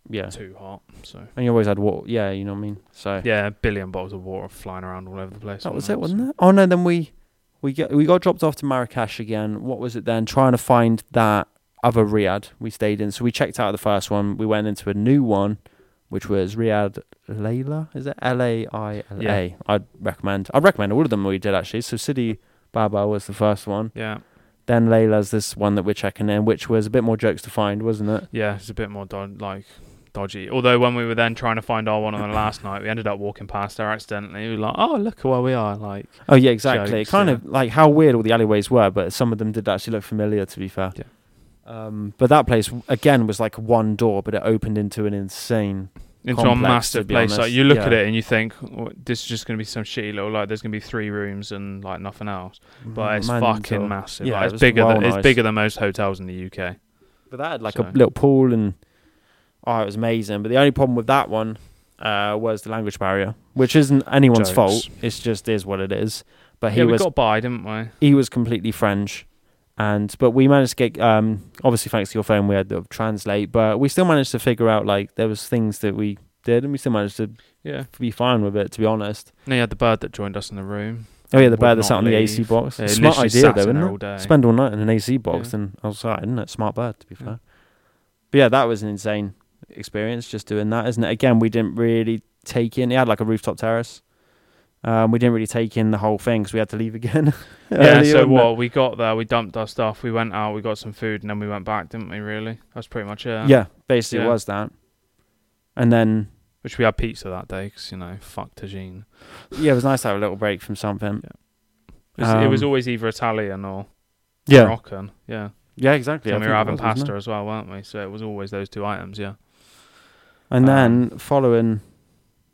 yeah.
too hot. So
And you always had water. Yeah, you know what I mean. So
yeah, a billion bottles of water flying around all over the place.
that was
wasn't
it, wasn't it? Oh no, then we we get we got dropped off to Marrakesh again. What was it then? Trying to find that other Riyadh we stayed in. So we checked out of the first one. We went into a new one, which was Riyad Layla. Is it L A I L
Yeah.
A? I'd recommend. I'd recommend all of them we did actually. So City Baba was the first one.
Yeah,
Then Layla's this one that we're checking in, which was a bit more jokes to find, wasn't it?
yeah, it's a bit more dod- like dodgy. Although when we were then trying to find our one on the last night, we ended up walking past there accidentally. We were like, oh, look where we are. Like,
Oh yeah, exactly.
Jokes,
kind
yeah.
of like how weird all the alleyways were, but some of them did actually look familiar. To be fair.
Yeah.
Um, but that place again was like one door, but it opened into an insane.
into
complex,
a
to
massive
be
place.
honest.
Like you look at
Yeah.
it and you think "Oh, this is just going to be some shitty little like. There's going to be three rooms and like nothing else, but it's
mental-
fucking massive.
Yeah,
Yeah,
it
like,
was
it's bigger
well
than
nice.
it's bigger than most hotels in the UK.
But that had like a
So-
little pool and oh, it was amazing. But the only problem with that one uh, was the language barrier, which isn't anyone's
Jokes.
fault. It's just is what it is. But he
yeah, we
was
got by, didn't we?
he was completely French, and but we managed to get um, obviously thanks to your phone we had to translate, but we still managed to figure out like there was things that we did and we still managed to
Yeah.
be fine with it. To be honest.
No, you had the bird that joined us in the room.
Oh yeah, the
Would
bird that sat
not
on the AC
leave.
box.
Yeah, it
Smart
literally
idea
sat
though,
in
isn't
there
it?
all day.
Spend all night in an AC box
Yeah.
and outside, isn't it? Smart bird, to be
Yeah.
fair. But yeah, that was an insane experience just doing that, isn't it? Again, we didn't really take in. It had like a rooftop terrace. Um, we didn't really take in the whole thing because we had to leave again.
Yeah,
earlier,
so
wasn't it?
what? We got there, we dumped our stuff, we went out, we got some food, and then we went back, didn't we, really? That's pretty much it.
Yeah, basically it
Yeah.
was that. And then
Which we had pizza that day, because, you know, fuck tagine.
yeah, it was nice to have a little break from something.
It was, it was
Um,
always either Italian or
Yeah,
Moroccan. Yeah.
yeah, exactly. I
And we
think
were
it
having
was, wasn't it?
pasta as well, weren't we? So it was always those two items, yeah.
And
Um,
then following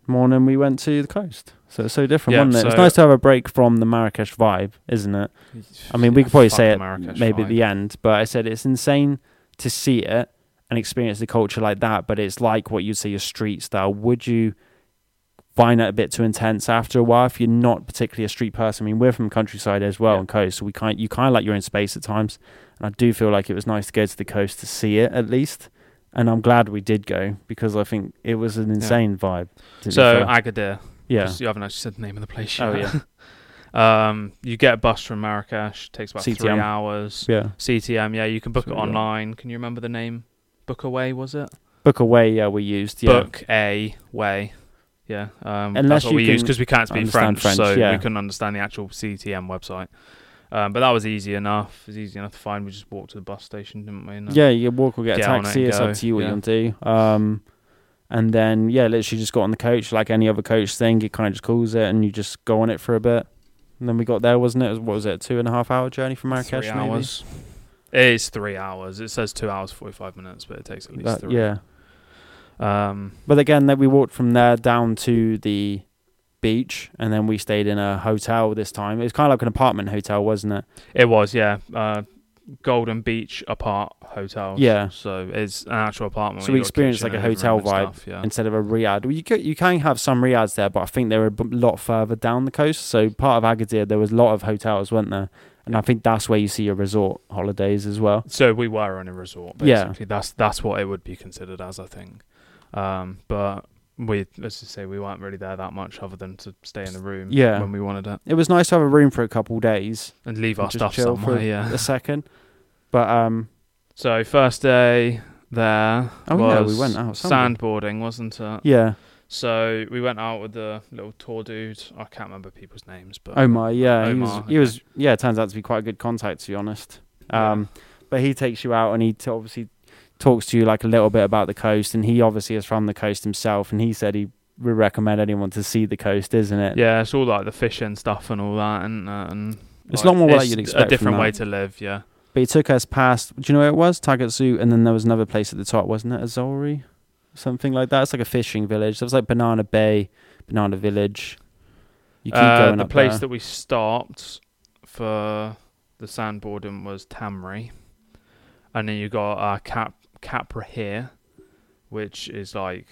morning, we went to the coast. So it's so different,
Yeah,
wasn't it? it's
so-
nice to have a break from the Marrakesh vibe, isn't it? I mean, we
Yeah,
could probably
fuck
say
the
it
Marrakesh
maybe
vibe.
the end, but I said it's insane to see it and experience the culture like that. But it's like what you'd say your street style. Would you find that a bit too intense after a while if you're not particularly a street person? I mean, we're from countryside as well
Yeah.
and coast, so we kind you kind of like your own space at times. And I do feel like it was nice to go to the coast to see it at least. And I'm glad we did go because I think it was an insane vibe. To be
So
fair.
Agadir.
yeah,
'cause You haven't actually said the name of the place
Oh,
yet. yeah. um, you get a bus from Marrakesh. Takes about three
CTM.
hours.
yeah.
CTM. Yeah, you can book
Three
it
hours.
online. Can you remember the name? Book away was it?
Book away, yeah, we used yeah.
Book a way. Yeah. Um,
Unless
that's what
you
we use
can
because we can't speak
understand
French,
French,
so
yeah.
we couldn't understand the actual CTM website. Um, but that was easy enough. It was easy enough to find. We just walked to the bus station, didn't we? And, uh,
Yeah, you walk or get,
Get
a
on it
taxi.
and
It's
go,
up to you what
yeah.
you want to do. Um, and then yeah, literally just got on the coach like any other coach thing. It kind of just calls it, and you just go on it for a bit. And then we got there, wasn't it? It was- What was it? a Two and a half hour journey from Marrakesh.
three
maybe?
hours. It is three hours. It says two hours forty five minutes, but it takes at least
That-
three.
yeah,
Um,
but again, then we walked from there down to the beach, and then we stayed in a hotel. This time it was kind of like an apartment hotel, wasn't it?
It was, yeah. Uh, Golden Beach apart hotel.
Yeah.
So it's an actual apartment.
So
where
we
you got
experienced,
kitchen
like, a
and living room
hotel
and
vibe
stuff, yeah.
Instead of a Riyadh, well, you ca- you can have some Riyadhs there, but I think they were a b- lot further down the coast. So part of Agadir, there was a lot of hotels, weren't there? And I think that's where you see your resort holidays as well.
so we were on a resort. Basically.
Yeah.
That's that's what it would be considered as, I think. Um, but we, let's just say, we weren't really there that much, other than to stay in the room.
Yeah.
When we wanted it,
it was nice to have a room for a couple days
and leave our
and
stuff
chill
somewhere.
for
Yeah.
a second. But um,
So first day there
Oh,
was
yeah, we went out somewhere.
sandboarding, wasn't it?
yeah.
So we went out with the little tour dude. I can't remember people's names, but
Oh my, yeah. he was,
Omar,
he was, yeah. It turns out to be quite a good contact, to be honest. Um, but he takes you out and he t- obviously talks to you like a little bit about the coast, and he obviously is from the coast himself, and he said he would recommend anyone to see the coast, isn't it?
Yeah, it's all like the fishing stuff and all that, and uh, and
It's a lot more what you'd expect
A
from
different
that.
way to live, yeah.
But he took us past. Do you know where it was? Tagatsu, and then there was another place at the top, wasn't it? Azori, something like that. It's like a fishing village. There was like Banana Bay, Banana Village. You keep
Uh,
going
the
up
place
there.
that we stopped for the sandboarding was Tamri, and then you got uh, Cap Capra here, which is like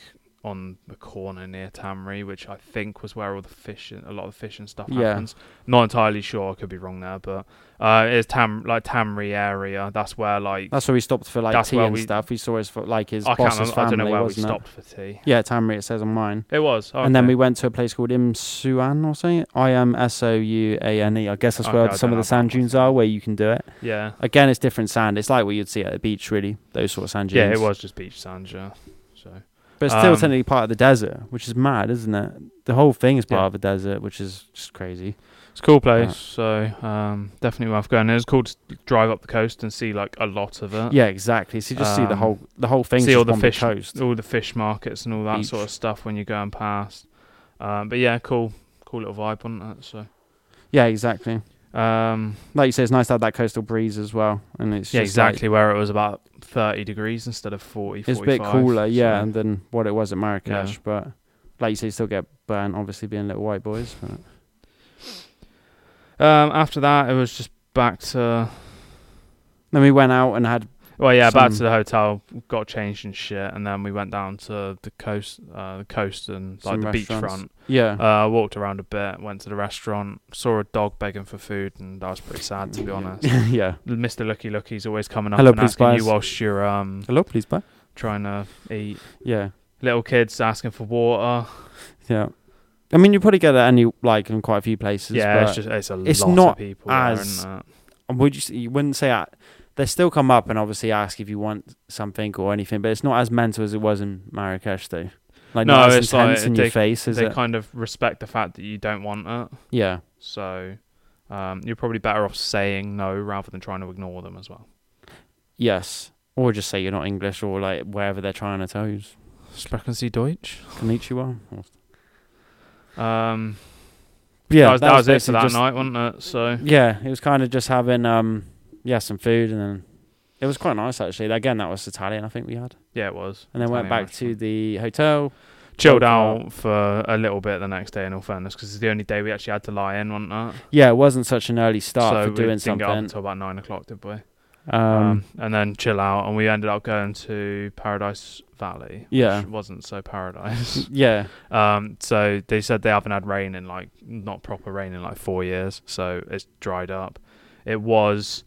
on the corner near Tamri, which I think was where all the fish and a lot of the fish and stuff
Yeah.
happens. Not entirely sure, I could be wrong there, but uh, it's Tam like Tamri area. That's where like
That's where we stopped for like
That's
tea
where
and
we-
stuff. We saw his fo- like his
I can't
boss's
remember. I
family,
don't know where we
wasn't it?
stopped for tea.
Yeah, Tamri. It says on mine.
It was, oh,
And then
okay.
we went to a place called Imsuan or something. I M S O U A N E. I guess that's
Okay,
where
I
some
don't
of the
have
sand
that one.
dunes are, where you can do it.
yeah.
Again, it's different sand. It's like what you'd see at the beach, really. Those sort of sand dunes.
Yeah, it was just beach sand, yeah. So,
But, But it's still
Um,
technically part of the desert, which is mad, isn't it? The whole thing is part
Yeah.
of the desert, which is just crazy.
It's a cool place, so um, definitely worth going. And it's cool to drive up the coast and see like a lot of it.
Yeah, exactly. So you just see the
Um,
whole the whole thing.
see all the fish,
coast.
all the fish markets and all that sort
Beach.
of stuff when you're going past. Um, but yeah, cool, cool little vibe on that. So,
Yeah, exactly.
um,
Like you say, it's nice to have that coastal breeze as well, and it's
yeah,
just like,
exactly where it was about 30 degrees instead of 40.
it's a bit
45,
cooler, yeah,
so-
and than what it was at Marrakesh. But like you say, you still get burnt, obviously being little white boys. But
Um, after that, it was just back to
then we went out and had
well, yeah, back
Some-
to the hotel, got changed and shit, and then we went down to the coast, uh, the coast and like
Some
the beachfront.
restaurants. yeah,
Uh, walked around a bit, went to the restaurant, saw a dog begging for food, and that was pretty sad to be honest.
yeah.
Mr. Lucky Lucky's always coming up
Hello,
and
please
asking
buy us-
you whilst you're um
Hello, please, bye.
trying to eat.
Yeah,
Little kids asking for water.
yeah. I mean, you probably get that any like in quite a few places.
yeah,
but-
it's just it's a
it's
lot
not
of people.
as-
there, isn't it?
And would you s- you wouldn't say I, they still come up and obviously ask if you want something or anything, but it's not as mental as it was in Marrakesh though. Like
No,
not as
it's like
intense in your
they-
face, is
they
it?
kind of respect the fact that you don't want it,
yeah,
so um, you're probably better off saying no rather than trying to ignore them as well.
yes, or just say you're not English or like wherever they're trying to tell you.
Sprechen Sie Deutsch?
Konnichiwa. or-
Um,
Yeah,
that was, that was it for
basically
that
just-
night, wasn't it? So
Yeah, it was kind of just having um, yeah, some food and then it was quite nice actually. Again, that was Italian I think we had,
yeah, it was.
and then went
Italian
back to
restaurant.
the hotel.
chilled
Woke
out for a little bit the next day. In all fairness, because it's the only day we actually had to lie in, wasn't it?
Yeah, it wasn't such an early start
so
for
we
doing
didn't get up
something.
until about nine o'clock, did we?
um,
um, and then chill out, and we ended up going to Paradise Valley.
Yeah.
which wasn't so paradise.
yeah,
um, so they said they haven't had rain in like not proper rain in like four years, so it's dried up. It was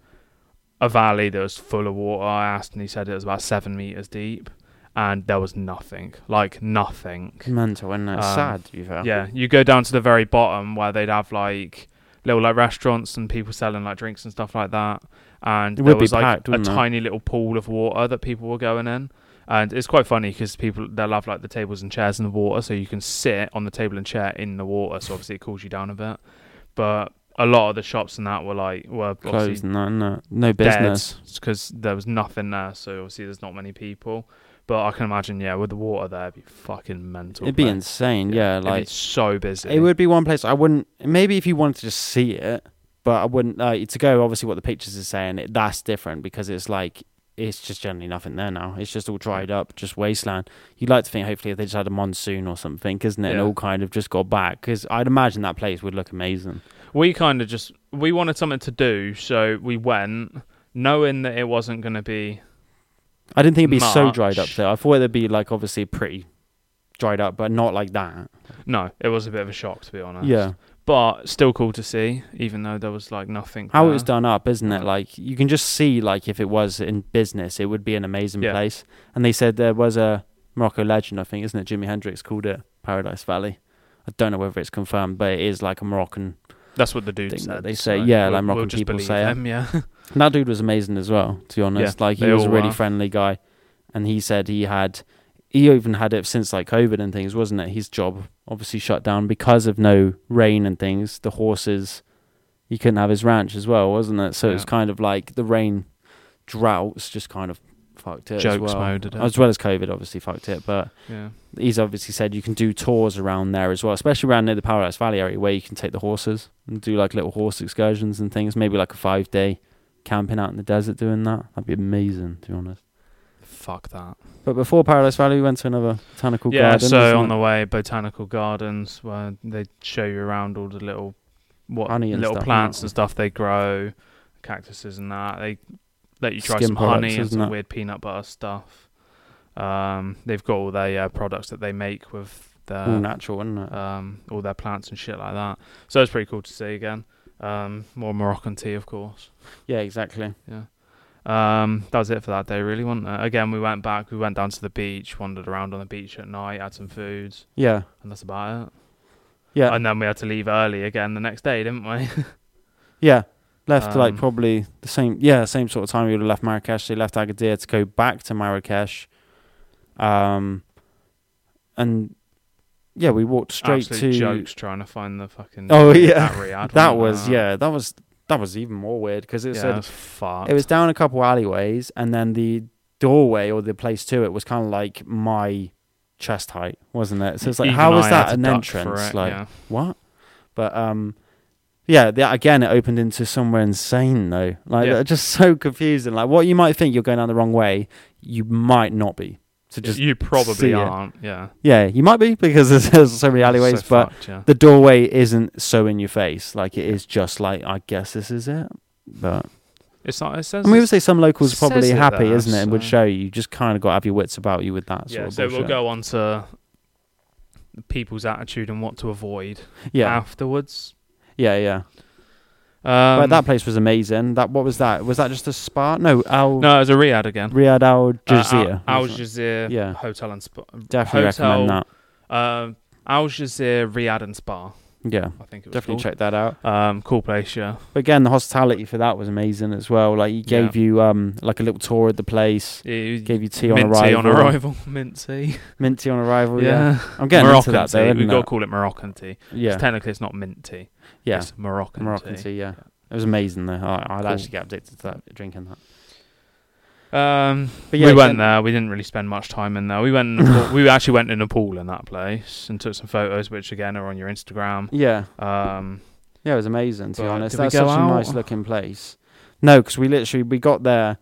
a valley that was full of water. I asked, and he said it was about seven meters deep, and there was nothing, like nothing.
mental and that's
Um,
sad. To be fair.
Yeah, you go down to the very bottom where they'd have like little like restaurants and people selling like drinks and stuff like that. And
It
there
would be
was like
packed,
a
wouldn't it?
tiny little pool of water that people were going in. And it's quite funny because people they'll have like the tables and chairs in the water, so you can sit on the table and chair in the water. So obviously it cools you down a bit. But a lot of the shops and that were like were
closed
obviously
and that, no, no
dead
business.
because there was nothing there. So obviously there's not many people. But I can imagine, yeah, with the water there, it'd be fucking mental.
It'd be
mate.
insane, yeah.
It'd be
like
so busy.
it would be one place I wouldn't. Maybe if you wanted to just see it, but I wouldn't like to go. Obviously, what the pictures are saying, it, that's different because it's like it's just generally nothing there now. It's just all dried up, just wasteland. You'd like to think hopefully if they just had a monsoon or something, isn't it? And
Yeah.
all kind of just got back because I'd imagine that place would look amazing.
we kind of just we wanted something to do, so we went, knowing that it wasn't going to be.
I didn't think it'd be so
March.
dried up though. I thought it'd be like obviously pretty dried up, but not like that.
No, it was a bit of a shock to be honest.
Yeah.
but still cool to see, even though there was like nothing.
how
there.
it was done up, isn't it?
Yeah.
Like you can just see, like if it was in business, it would be an amazing
Yeah.
place. And they said there was a Morocco legend, I think, isn't it? Jimi Hendrix called it Paradise Valley. I don't know whether it's confirmed, but it is like a Moroccan.
That's what the dude
thing that
said.
they say,
so
yeah, like
we'll,
Moroccan
we'll just
people
believe
say it.
him, yeah.
And that dude was amazing as well, to be honest. like he
they
was a
all
really
were.
friendly guy, and he said he had, he even had it since like COVID and things, wasn't it? His job obviously shut down because of no rain and things. The horses, he couldn't have his ranch as well, wasn't it? So it was
Yeah.
kind of like the rain droughts just kind of fucked it as
Jokes
well.
mode, did it?
As well as COVID obviously fucked it, but
yeah,
he's obviously said you can do tours around there as well, especially around near the Paradise Valley area where you can take the horses and do like little horse excursions and things. Maybe like a five day camping out in the desert doing that. That'd be amazing, to be honest.
fuck that.
But before Paradise Valley, we went to another botanical
yeah,
garden.
so
isn't
on
it?
the way, botanical gardens where they show you around all the little what
Honey and
little
stuff,
plants
innit?
and stuff they grow, cactuses and that. They let you try
Skin
some
products,
honey and
isn't
some
it?
weird peanut butter stuff. Um, they've got all their uh, products that they make with their
all natural, isn't it?
um, all their plants and shit like that. So it's pretty cool to see again. Um, more Moroccan tea, of course.
yeah, exactly.
Um, that was it for that day, really, wasn't it? Again, we went back. We went down to the beach, wandered around on the beach at night, had some foods
Yeah.
and that's about it.
Yeah.
And then we had to leave early again the next day, didn't we?
yeah. Left like
um,
probably the same yeah, same sort of time we would have left Marrakesh. They left Agadir to go back to Marrakesh. Um and yeah, we walked straight
Absolute
to
jokes trying to find the fucking.
Oh, yeah.
that, Riyadh
That
one.
was
Uh,
yeah, that was that was even more weird because it
yeah,
said
that was fucked.
it was down a couple alleyways, and then the doorway or the place to it was kind of like my chest height, wasn't it? So it's like,
Even
how was
I had
that
to
an
duck for
entrance?
it,
Like
yeah.
what? But um, yeah. The, again, it opened into somewhere insane though. Like
Yeah.
they're just so confusing. Like what you might think you're going down the wrong way, you might not be. So just
you
see
probably
it.
aren't. Yeah,
yeah, you might be because there's, there's so many alleyways,
So
but
fucked, yeah.
the doorway isn't so in your face. Like it is just like I guess this is it. But
it's not. It says.
I mean, we would say some locals are
Says
probably
it
happy,
there,
isn't it? And would
so-
show you. You just kind of got to have your wits about you with that. Sort
yeah,
of
so we'll
bullshit.
go on to people's attitude and what to avoid
Yeah,
afterwards.
yeah, yeah.
Um,
right, that place was amazing. That what was that? Was that just a spa? No, Al
no, it was a Riyadh again.
Riyadh Al
Uh,
Jazeera.
Al, Al
wasn't it?
Jazeera
Yeah.
Hotel and Spa.
Definitely recommend
Hotel-
that.
Um, Al Jazeera Riyadh and Spa.
Yeah,
I think it was
definitely check
called.
that out.
Um, cool place, yeah.
But again, the hospitality for that was amazing as well. Like he
Yeah.
gave you um like a little tour of the place.
It-
Gave you tea on
mint tea
arrival.
on arrival, mint tea.
Mint tea on arrival. Yeah,
yeah,
I'm getting
Moroccan
into that
tea.
though.
We've
isn't
got
it?
to call it Moroccan tea. 'Cause
yeah,
Technically, it's not mint tea.
yeah.
It's Moroccan,
Moroccan tea.
tea.
yeah. It was amazing though. I, I'd
Cool.
actually get addicted to that drinking that.
Um,
But yeah,
we went
again-
there. We didn't really spend much time in there. We went. in a pool- we actually went in a pool in that place and took some photos, which again are on your Instagram.
Yeah,
Um,
yeah, it was amazing to be
But
honest.
did we
That's
go
such a
out?
nice looking place. No, because we literally we got there,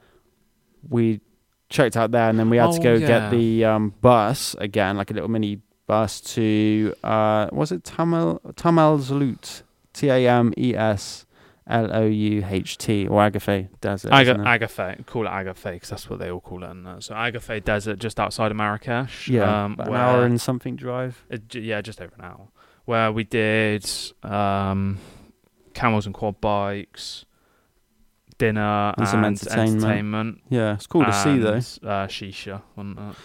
we checked out there, and then we had to
Oh,
go
yeah.
get the um, bus again, like a little mini bus to uh, was it Tamil Tamil Zlut T A M E S L O U H T or Agafe Desert.
Aga-
isn't it?
Agafe, call it Agafe 'cause that's what they all call it. In there. So Agafe Desert, just outside of Marrakesh.
yeah,
um,
about an
where-
hour and something drive.
Uh, j- yeah, just over an hour. Where we did um, camels and quad bikes, dinner,
And some entertainment.
entertainment.
Yeah, it's cool to see though.
and, Uh, shisha, wasn't it?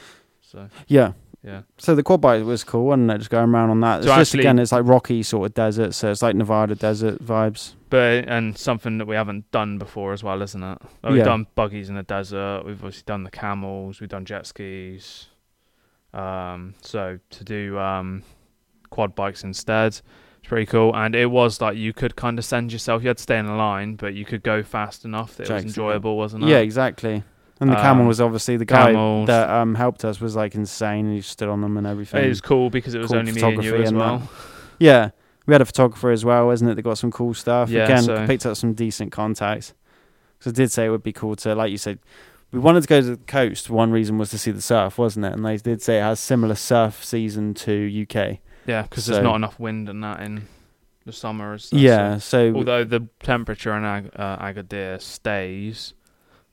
So
Yeah.
yeah,
So the quad bike was cool, wasn't it? Just going around on that. It's
So
just
actually-
again, it's like rocky sort of desert, so it's like Nevada desert vibes.
but and something that we haven't done before as well, isn't it? Like,
Yeah.
We've done buggies in the desert. We've obviously done the camels. We've done jet skis. Um, so to do um, quad bikes instead, it's pretty cool. And it was like you could kind of send yourself. You had to stay in a line, but you could go fast enough that it was
Jackson.
enjoyable, wasn't it?
Yeah, exactly. And the camel
Um,
was obviously the guy
camels.
that um, helped us was like insane. and He stood on them and everything.
It was cool because it was
Cool
only me and you
photography
as
and
well.
yeah, we had a photographer as well, wasn't it? That got some cool stuff.
Yeah,
again,
so-
picked up some decent contacts. Because I did say it would be cool to, like you said, we wanted to go to the coast. One reason was to see the surf, wasn't it? And they did say it has similar surf season to UK.
Yeah, because
So-
there's not enough wind and that in the summer. As such,
yeah, so
Although the temperature in Ag- uh, Agadir stays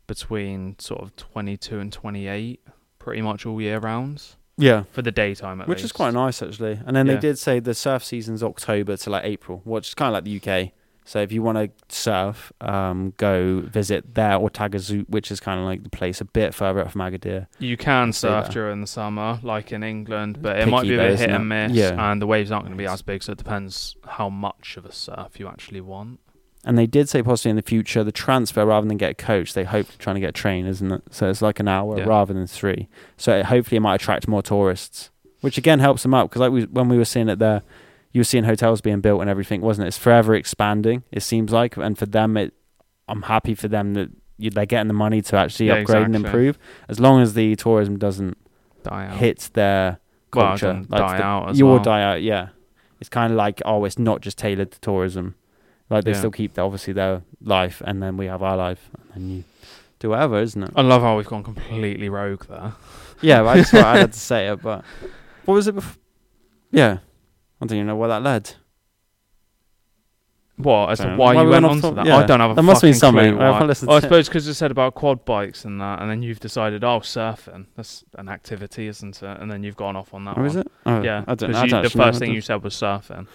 between sort of 22 and 28 pretty much all year rounds
yeah.
for the daytime at
which
least.
is quite nice actually. And then they
Yeah.
did say the surf season's October to like April, which is kind of like the UK. So if you want to surf, um, go visit there or Tagazoot, which is kind of like the place a bit further up from Agadir.
You can
Stay
surf
there.
during the summer, like in England, but it
Picky
might be a
though,
bit
isn't
hit
it?
and miss,
Yeah.
and the waves aren't going to be as big, so it depends how much of a surf you actually want.
And they did say possibly in the future the transfer rather than get a coach, they hope trying to get a train, isn't it? So it's like an hour
Yeah.
rather than three. So it, hopefully it might attract more tourists, which again helps them out because like we, when we were seeing it there, you were seeing hotels being built and everything, wasn't it? It's forever expanding. It seems like, and for them, it. I'm happy for them that you, they're getting the money to actually
Yeah,
upgrade and
exactly.
improve. As long as the tourism doesn't
Die out.
hit their
Well, it
culture,
doesn't die
the-
out as
your
well.
die out. Yeah, it's kind of like oh, it's not just tailored to tourism. Like they
Yeah.
still keep their, obviously their life, and then we have our life, and then you do whatever, isn't it?
I love how we've gone completely rogue there.
yeah, but I just thought I had to say it. But what was it before? Yeah, I don't even know where that led.
What as to
Don't-
why,
why
you
we went
went
off
on to
top-
that?
yeah.
I don't have a
There must be
fucking
something.
clue
I
why.
haven't listened
Oh, I
to it.
suppose because it said about quad bikes and that, and then you've decided, oh, surfing. That's an activity, isn't it? And then you've gone off on that.
Or is
one.
it? Oh,
Yeah,
I don't, know. I
'cause
don't
you- the
actually know.
first
I
thing
don't-
you said was surfing.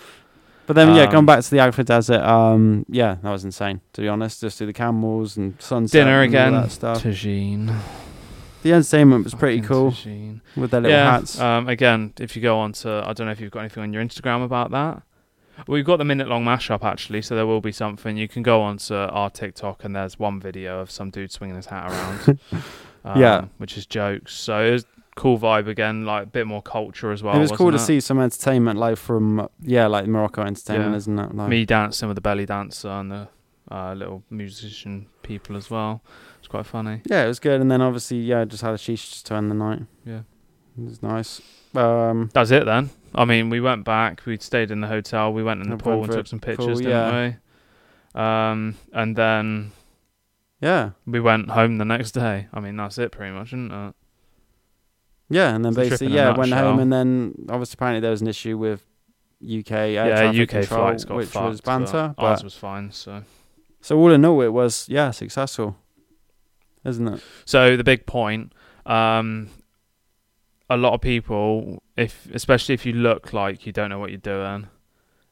But then, yeah, going
Um,
back to the Alpha Desert. Um, yeah, that was insane. To be honest, just do the camels and sunset
Dinner
and all
again.
that stuff.
Tagine.
The entertainment was Oh. pretty
Fucking
cool
tagine.
with their little
yeah.
hats.
Um, again, if you go on to, I don't know if you've got anything on your Instagram about that. We've got the minute long mashup actually, so there will be something. You can go on to our TikTok and there's one video of some dude swinging his hat around. um,
Yeah.
Which is jokes. So it was, cool vibe again, like a bit more culture as well.
it was cool to
wasn't
see some entertainment like from yeah, like Morocco entertainment,
Yeah.
isn't it? Like,
me dancing with the belly dancer and the uh, little musician people as well. It's quite funny.
Yeah, it was good. And then obviously, yeah, just had a sheesh to end the night.
Yeah.
it was nice. Um,
That's it then. I mean, we went back. We stayed in the hotel. We went in the
And
pool
went
and
for
took some
pool,
pictures, didn't
yeah.
we? Um, and then
yeah,
we went home the next day. I mean, that's it pretty much, isn't it?
yeah, and then
It's a trip
basically,
in a
yeah, went
nutshell.
home, and then obviously apparently there was an issue with UK air
yeah,
traffic
UK
control,
flights got
which
fucked,
was banter.
But ours
But
was fine. So,
so all in all, it was yeah successful, isn't it?
so the big point. Um, a lot of people, if especially if you look like you don't know what you're doing,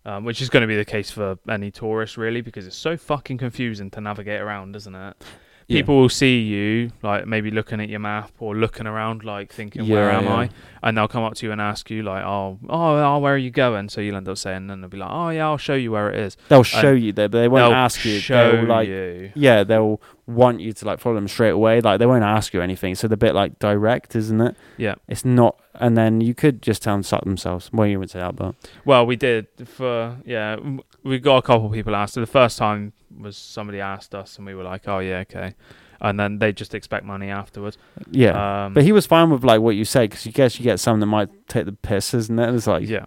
um, which is going to be the case for any tourist really, because it's so fucking confusing to navigate around, isn't it? people will see you like maybe looking at your map or looking around like thinking where
Yeah,
am
yeah.
i and they'll come up to you and ask you like oh oh, oh where are you going so you'll end up saying and they'll be like oh yeah i'll show you where it is
they'll show you there, but they won't
They'll
ask you.
show
They'll like
you
yeah, they'll want you to like follow them straight away. Like they won't ask you anything. So they're a bit like direct, isn't it?
Yeah.
It's not. And then you could just tell them suck themselves. Well, you wouldn't say that, but
well we did for yeah w- we got a couple people asked so the first time was somebody asked us and we were like oh yeah okay and then they just expect money afterwards
yeah.
um
But he was fine with like what you said because you guess you get some that might take the piss, isn't it? It's like
yeah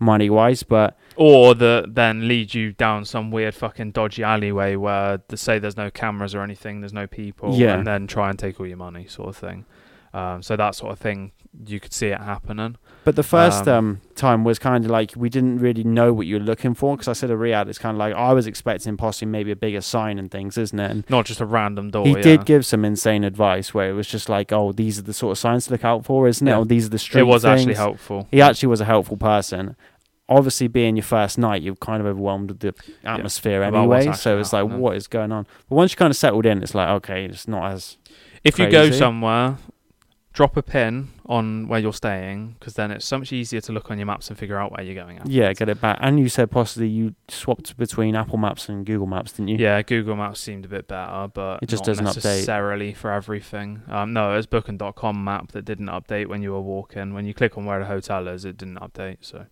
money wise, but
or the then lead you down some weird fucking dodgy alleyway where they say there's no cameras or anything, there's no people,
Yeah.
and then try and take all your money, sort of thing. Um, so that sort of thing, you could see it happening.
but the first
Um,
um, time was kind of like we didn't really know what you were looking for because I said a Riyadh. It's kind of like I was expecting possibly maybe a bigger sign and things, isn't it? And
Not just a random door.
he
Oh, yeah.
did give some insane advice where it was just like, oh, these are the sort of signs to look out for, isn't
Yeah.
it? Or these are the street.
It was actually
things."
helpful.
He actually was a helpful person. Obviously, being your first night, you're kind of overwhelmed with the atmosphere
About what's
anyway. So
actually
it's like,
happening.
what is going on? But once you kind of settled in, it's like, okay, it's not as
If you go
Crazy.
somewhere, drop a pin on where you're staying, because then it's so much easier to look on your maps and figure out where you're going. after.
Yeah, get it back. And you said possibly you swapped between Apple Maps and Google Maps, didn't you?
Yeah, Google Maps seemed a bit better, but
It just
not
doesn't update.
necessarily for everything. Um, no, it was Booking.com map that didn't update when you were walking. When you click on where the hotel is, it didn't update. So,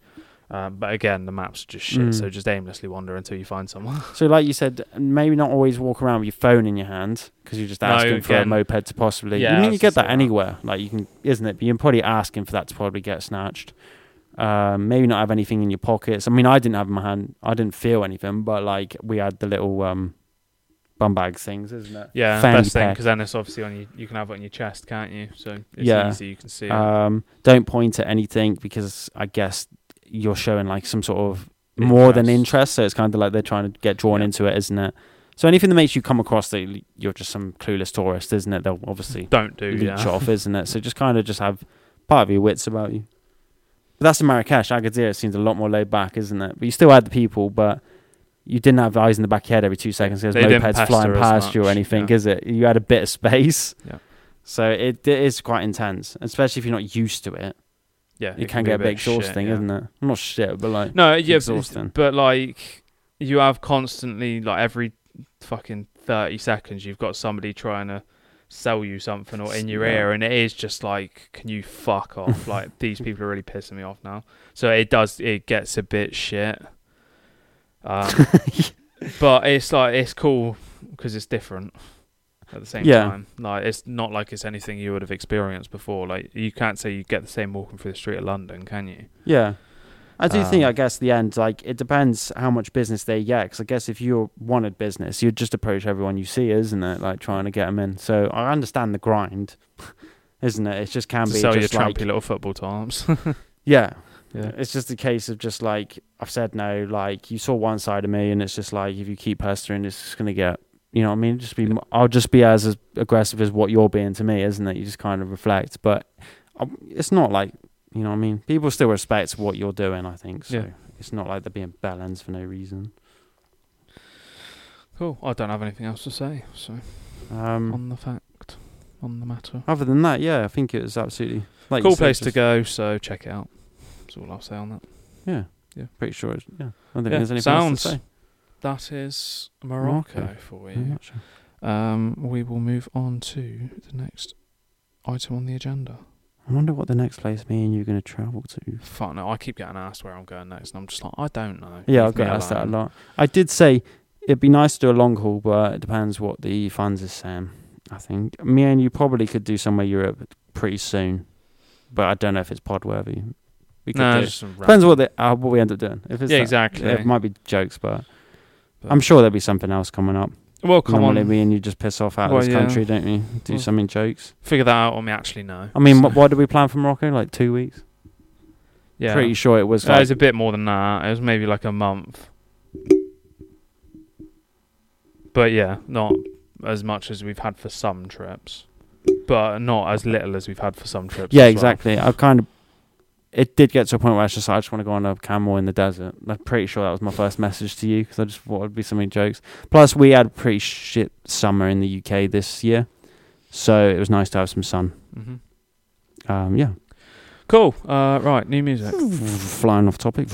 um, but again, the maps are just shit.
Mm.
So just aimlessly wander until you find someone.
So, like you said, maybe not always walk around with your phone in your hand because you're just
No,
asking for a
again-
moped to possibly.
Yeah, I
you mean
was
you
gonna
get that
say that.
anywhere, like you can, isn't it? But you're probably asking for that to probably get snatched. Um, maybe not have anything in your pockets. I mean, I didn't have my hand. I didn't feel anything, but like we had the little um, bum bag things, isn't it?
yeah,
Fanny
best thing
pack.
because then it's obviously on you. You can have it on your chest, can't you? So it's
Yeah.
easy. You can see. It.
Um, don't point at anything because I guess you're showing like some sort of more
Interest.
than interest. So it's kind of like they're trying to get drawn
Yeah.
into it, isn't it? So anything that makes you come across that y- you're just some clueless tourist, isn't it? They'll obviously
Don't do.
leech
Yeah.
off, isn't it? So just kind of just have part of your wits about you. But that's in Marrakesh. Agadir seems a lot more laid back, isn't it? But you still had the people, but you didn't have eyes in the back of your head every two seconds because
They didn't
mopeds
pester
flying
as
past you or
much,
anything,
yeah.
is it? You had a bit of space.
Yeah.
So it, it is quite intense, especially if you're not used to it.
Yeah,
It, can,
be
get a bit
shit,
exhausting,
yeah.
isn't it? Not shit, but like
No, yeah, but-
exhausting.
But like, you have constantly like every fucking thirty seconds, you've got somebody trying to sell you something or in your
Yeah.
ear, and it is just like, can you fuck off? like these people are really pissing me off now. So it does, it gets a bit shit. Um, but it's like it's cool because it's different. At the same
Yeah.
time, like it's not like it's anything you would have experienced before. Like you can't say you get the same walking through the street of London, can you?
Yeah. I do think,
Um,
I guess, the end, like, it depends how much business they get. Because I guess if you wanted business, you'd just approach everyone you see, isn't it? Like, trying to get them in. So I understand the grind, isn't it? It just can
To
be.
sell your
just like,
trampy little football toms.
yeah.
Yeah.
It's just a case of just like, I've said no. Like, you saw one side of me, and it's just like, if you keep pestering, it's just going to get, you know what I mean? Just be, mo- I'll just be as, as aggressive as what you're being to me, isn't it? You just kind of reflect. But um, it's not like, you know what I mean? People still respect what you're doing, I think. So
Yeah.
it's not like they're being bellends for no reason.
Cool. I don't have anything else to say. So
Um,
on the fact, on the matter.
other than that, yeah, I think it was absolutely like you
cool
said,
place to
just-
go. So check it out. That's all I'll say on that.
Yeah.
Yeah.
Pretty sure. It's, yeah. I don't think
Yeah,
there's anything else to
sounds-
say.
That is Morocco,
Morocco.
for
I'm
you.
not sure.
Um, we will move on to the next item on the agenda.
I wonder what the next place me and you're going to travel to.
Fuck no, I keep getting asked where I'm going next, and I'm just like, I don't know.
Yeah,
Leave
I've got
me
asked that a
alone.
lot. I did say it'd be nice to do a long haul, but it depends what the funds is saying. I think me and you probably could do somewhere Europe pretty soon, but I don't know if it's pod worthy. We could
No,
do.
just some
Depends
random-
what the, uh, what we end up doing. If it's
Yeah,
that-
exactly.
It might be jokes, but,
But-
I'm sure there'll be something else coming up.
Well, come
Normally,
on,
me and you just piss off out
Well,
of this
yeah.
country, don't we? Do
Well-
something jokes.
figure that out, or me actually know.
I mean,
So,
what, what did we plan for Morocco? Like two weeks.
yeah,
Pretty sure it was.
Uh, it
Like,
was a bit more than that. It was maybe like a month. But yeah, not as much as we've had for some trips, but not as little as we've had for some trips.
Yeah,
as well.
exactly. I kind of. It did get to a point where I was just like, I just want to go on a camel in the desert. I'm pretty sure that was my first message to you because I just thought it'd be something jokes. Plus, we had a pretty shit summer in the UK this year, so it was nice to have some sun.
Mhm.
Um, yeah,
Cool. Uh, right, new music.
flying off topic.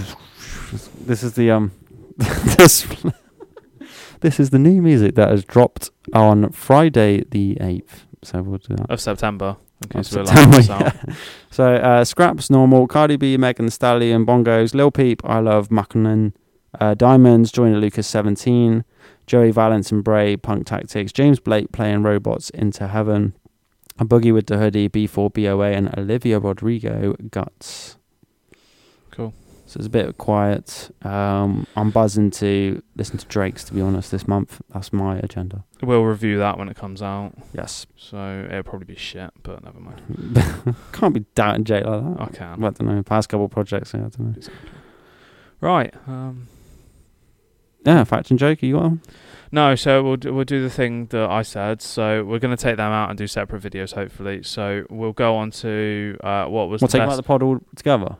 This is the um, this this is the new music that has dropped on Friday the eighth. So we'll do that.
of September. In
Of
case we're
September,
like, yeah.
So uh, Scraps, Normal, Cardi B, Megan Thee Stallion, Bongos, Lil Peep, I Love, Mackinnon, uh, Diamonds, Joyner Lucas 17, Joey Valence and Bray, Punk Tactics, James Blake playing Robots into Heaven, A Boogie with the Hoodie, B4 BOA, and Olivia Rodrigo, Guts.
Cool.
So it's a bit quiet. Um, I'm buzzing to listen to Drake's, to be honest, this month. That's my agenda.
We'll review that when it comes out.
Yes.
So it'll probably be shit, but never mind.
Can't be doubting Jake like that.
I can.
I don't know. Past couple projects, yeah, I don't know.
Right. Um,
Yeah, fact and joke, you got one?
no, so we'll do, we'll do the thing that I said. So we're going to take them out and do separate videos, hopefully. So we'll go on to uh, what was
We'll
the
take out
best.
the pod all together.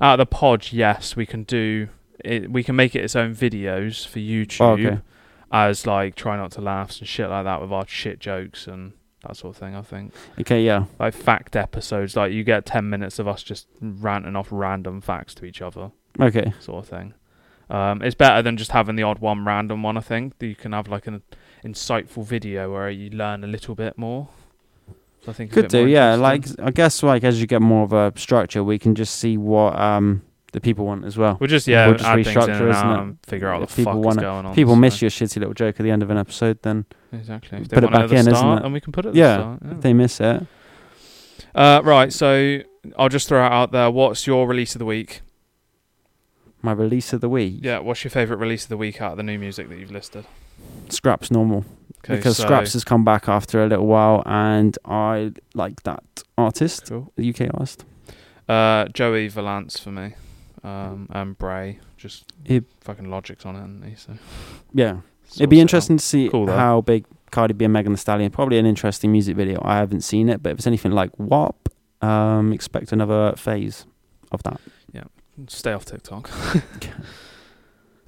out of the pod, yes, we can do it. We can make it its own videos for YouTube
Oh, okay.
as like try not to laughs and shit like that with our shit jokes and that sort of thing, I think.
Okay, yeah.
like fact episodes. Like you get ten minutes of us just ranting off random facts to each other,
Okay.
sort of thing. Um, it's better than just having the odd one random one. I think that you can have like an insightful video where you learn a little bit more. So I think it's a
Could
bit more
do, yeah. Like
interesting.
I guess like as you get more of a structure, we can just see what um the people want as well.
we'll just yeah
we'll just
add things in
restructure,
and
isn't
out
it?
and figure out what
If
the
people
fuck is
wanna-
going on.
people
so.
miss your shitty little joke at the end of an episode then
exactly. If they
Put it
want at
back
the
in, isn't
start,
it?
and we can put it. At
Yeah,
the start, yeah.
if they miss it.
uh, right, so I'll just throw it out there. What's your release of the week?
My release of the week.
Yeah, what's your favorite release of the week out of the new music that you've listed? uh,
Scraps normal.
'Kay,
because
so-
Scraps has come back after a little while and I like that artist.
Cool.
The UK artist.
Uh, Joey Valance for me, um, and Bray. Just
Mm. It-
fucking logics on it, and he so.
Yeah.
sorts
It'd be
out.
interesting to see
Cool, though.
how big Cardi B and Megan Thee Stallion. Probably an interesting music video. I haven't seen it, but if it's anything like WAP, um, expect another phase of that.
Stay off TikTok.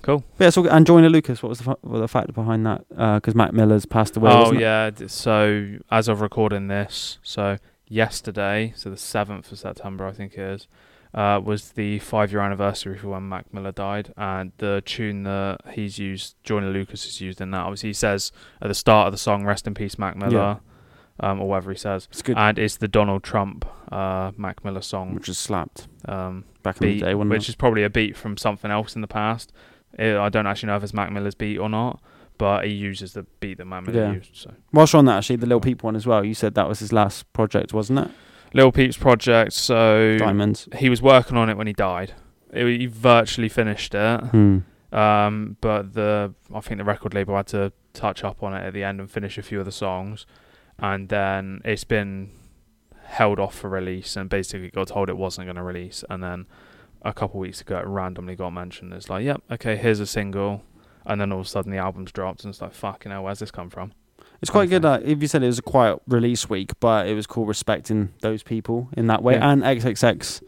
But yeah, so and Joyner Lucas. What was the fa- what the fact behind that? Because Mac Miller's passed away.
oh
wasn't it?
yeah. d- So as of recording this, so yesterday, so the seventh of September, I think it is, uh, was the five-year anniversary for when Mac Miller died, and the tune that he's used, Joyner Lucas has used in that. Obviously, he says at the start of the song, "Rest in peace, Mac Miller," um, or whatever he says,
it's good.
and it's the Donald Trump, uh, Mac Miller song.
Which was slapped
Um,
back in
beat,
the day, wasn't
which
it?
is probably a beat from something else in the past. Uh, I don't actually know if it's Mac Miller's beat or not, but he uses the beat that Mac Miller
Yeah.
used. So
Whilst we're on that, actually, the Little Peep one as well. You said that was his last project, wasn't it?
Lil Peep's project. So
Diamonds.
he was working on it when he died. It- he virtually finished it,
Hmm.
um, but the I think the record label had to touch up on it at the end and finish a few of the songs, and then it's been held off for release and basically got told it wasn't going to release, and then a couple weeks ago it randomly got mentioned. It's like, yep, okay, here's a single, and then all of a sudden the album's dropped, and it's like, fucking hell, where's this come from?
It's quite good.
Okay.
Like, if you said it was a quiet release week, but it was cool respecting those people in that way.
Yeah.
And XXX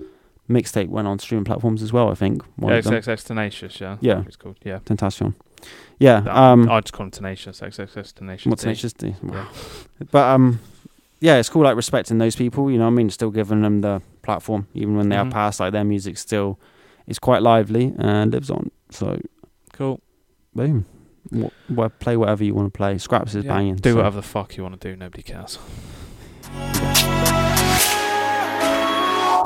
mixtape went on streaming platforms as well. I think one of them.
XXX Tenacious, yeah,
Yeah.
it's called, yeah.
Tentacion. Yeah.
That-
Um.
I just call him Tenacious, XXX Tenacious.
What's
D.
Nature's do?
Yeah.
But um, yeah, it's cool like respecting those people. You know, what I mean, still giving them the platform, even when they
Mhm.
are past. Like their music still is quite lively and lives on. So
Cool.
boom, what, what, play whatever you want to play. Scraps is
Yeah.
banging.
Do
so.
whatever the fuck you want to do, nobody cares.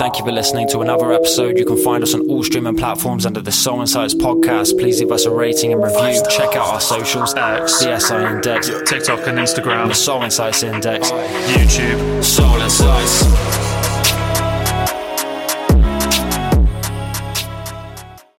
Thank you for listening to another episode. You can find us on all streaming platforms under the So and Sites podcast. Please leave us a rating and review. Check out our socials
X,
the SI Index,
TikTok and
and the
Instagram,
So and Sites Index,
YouTube.
Soul Insights.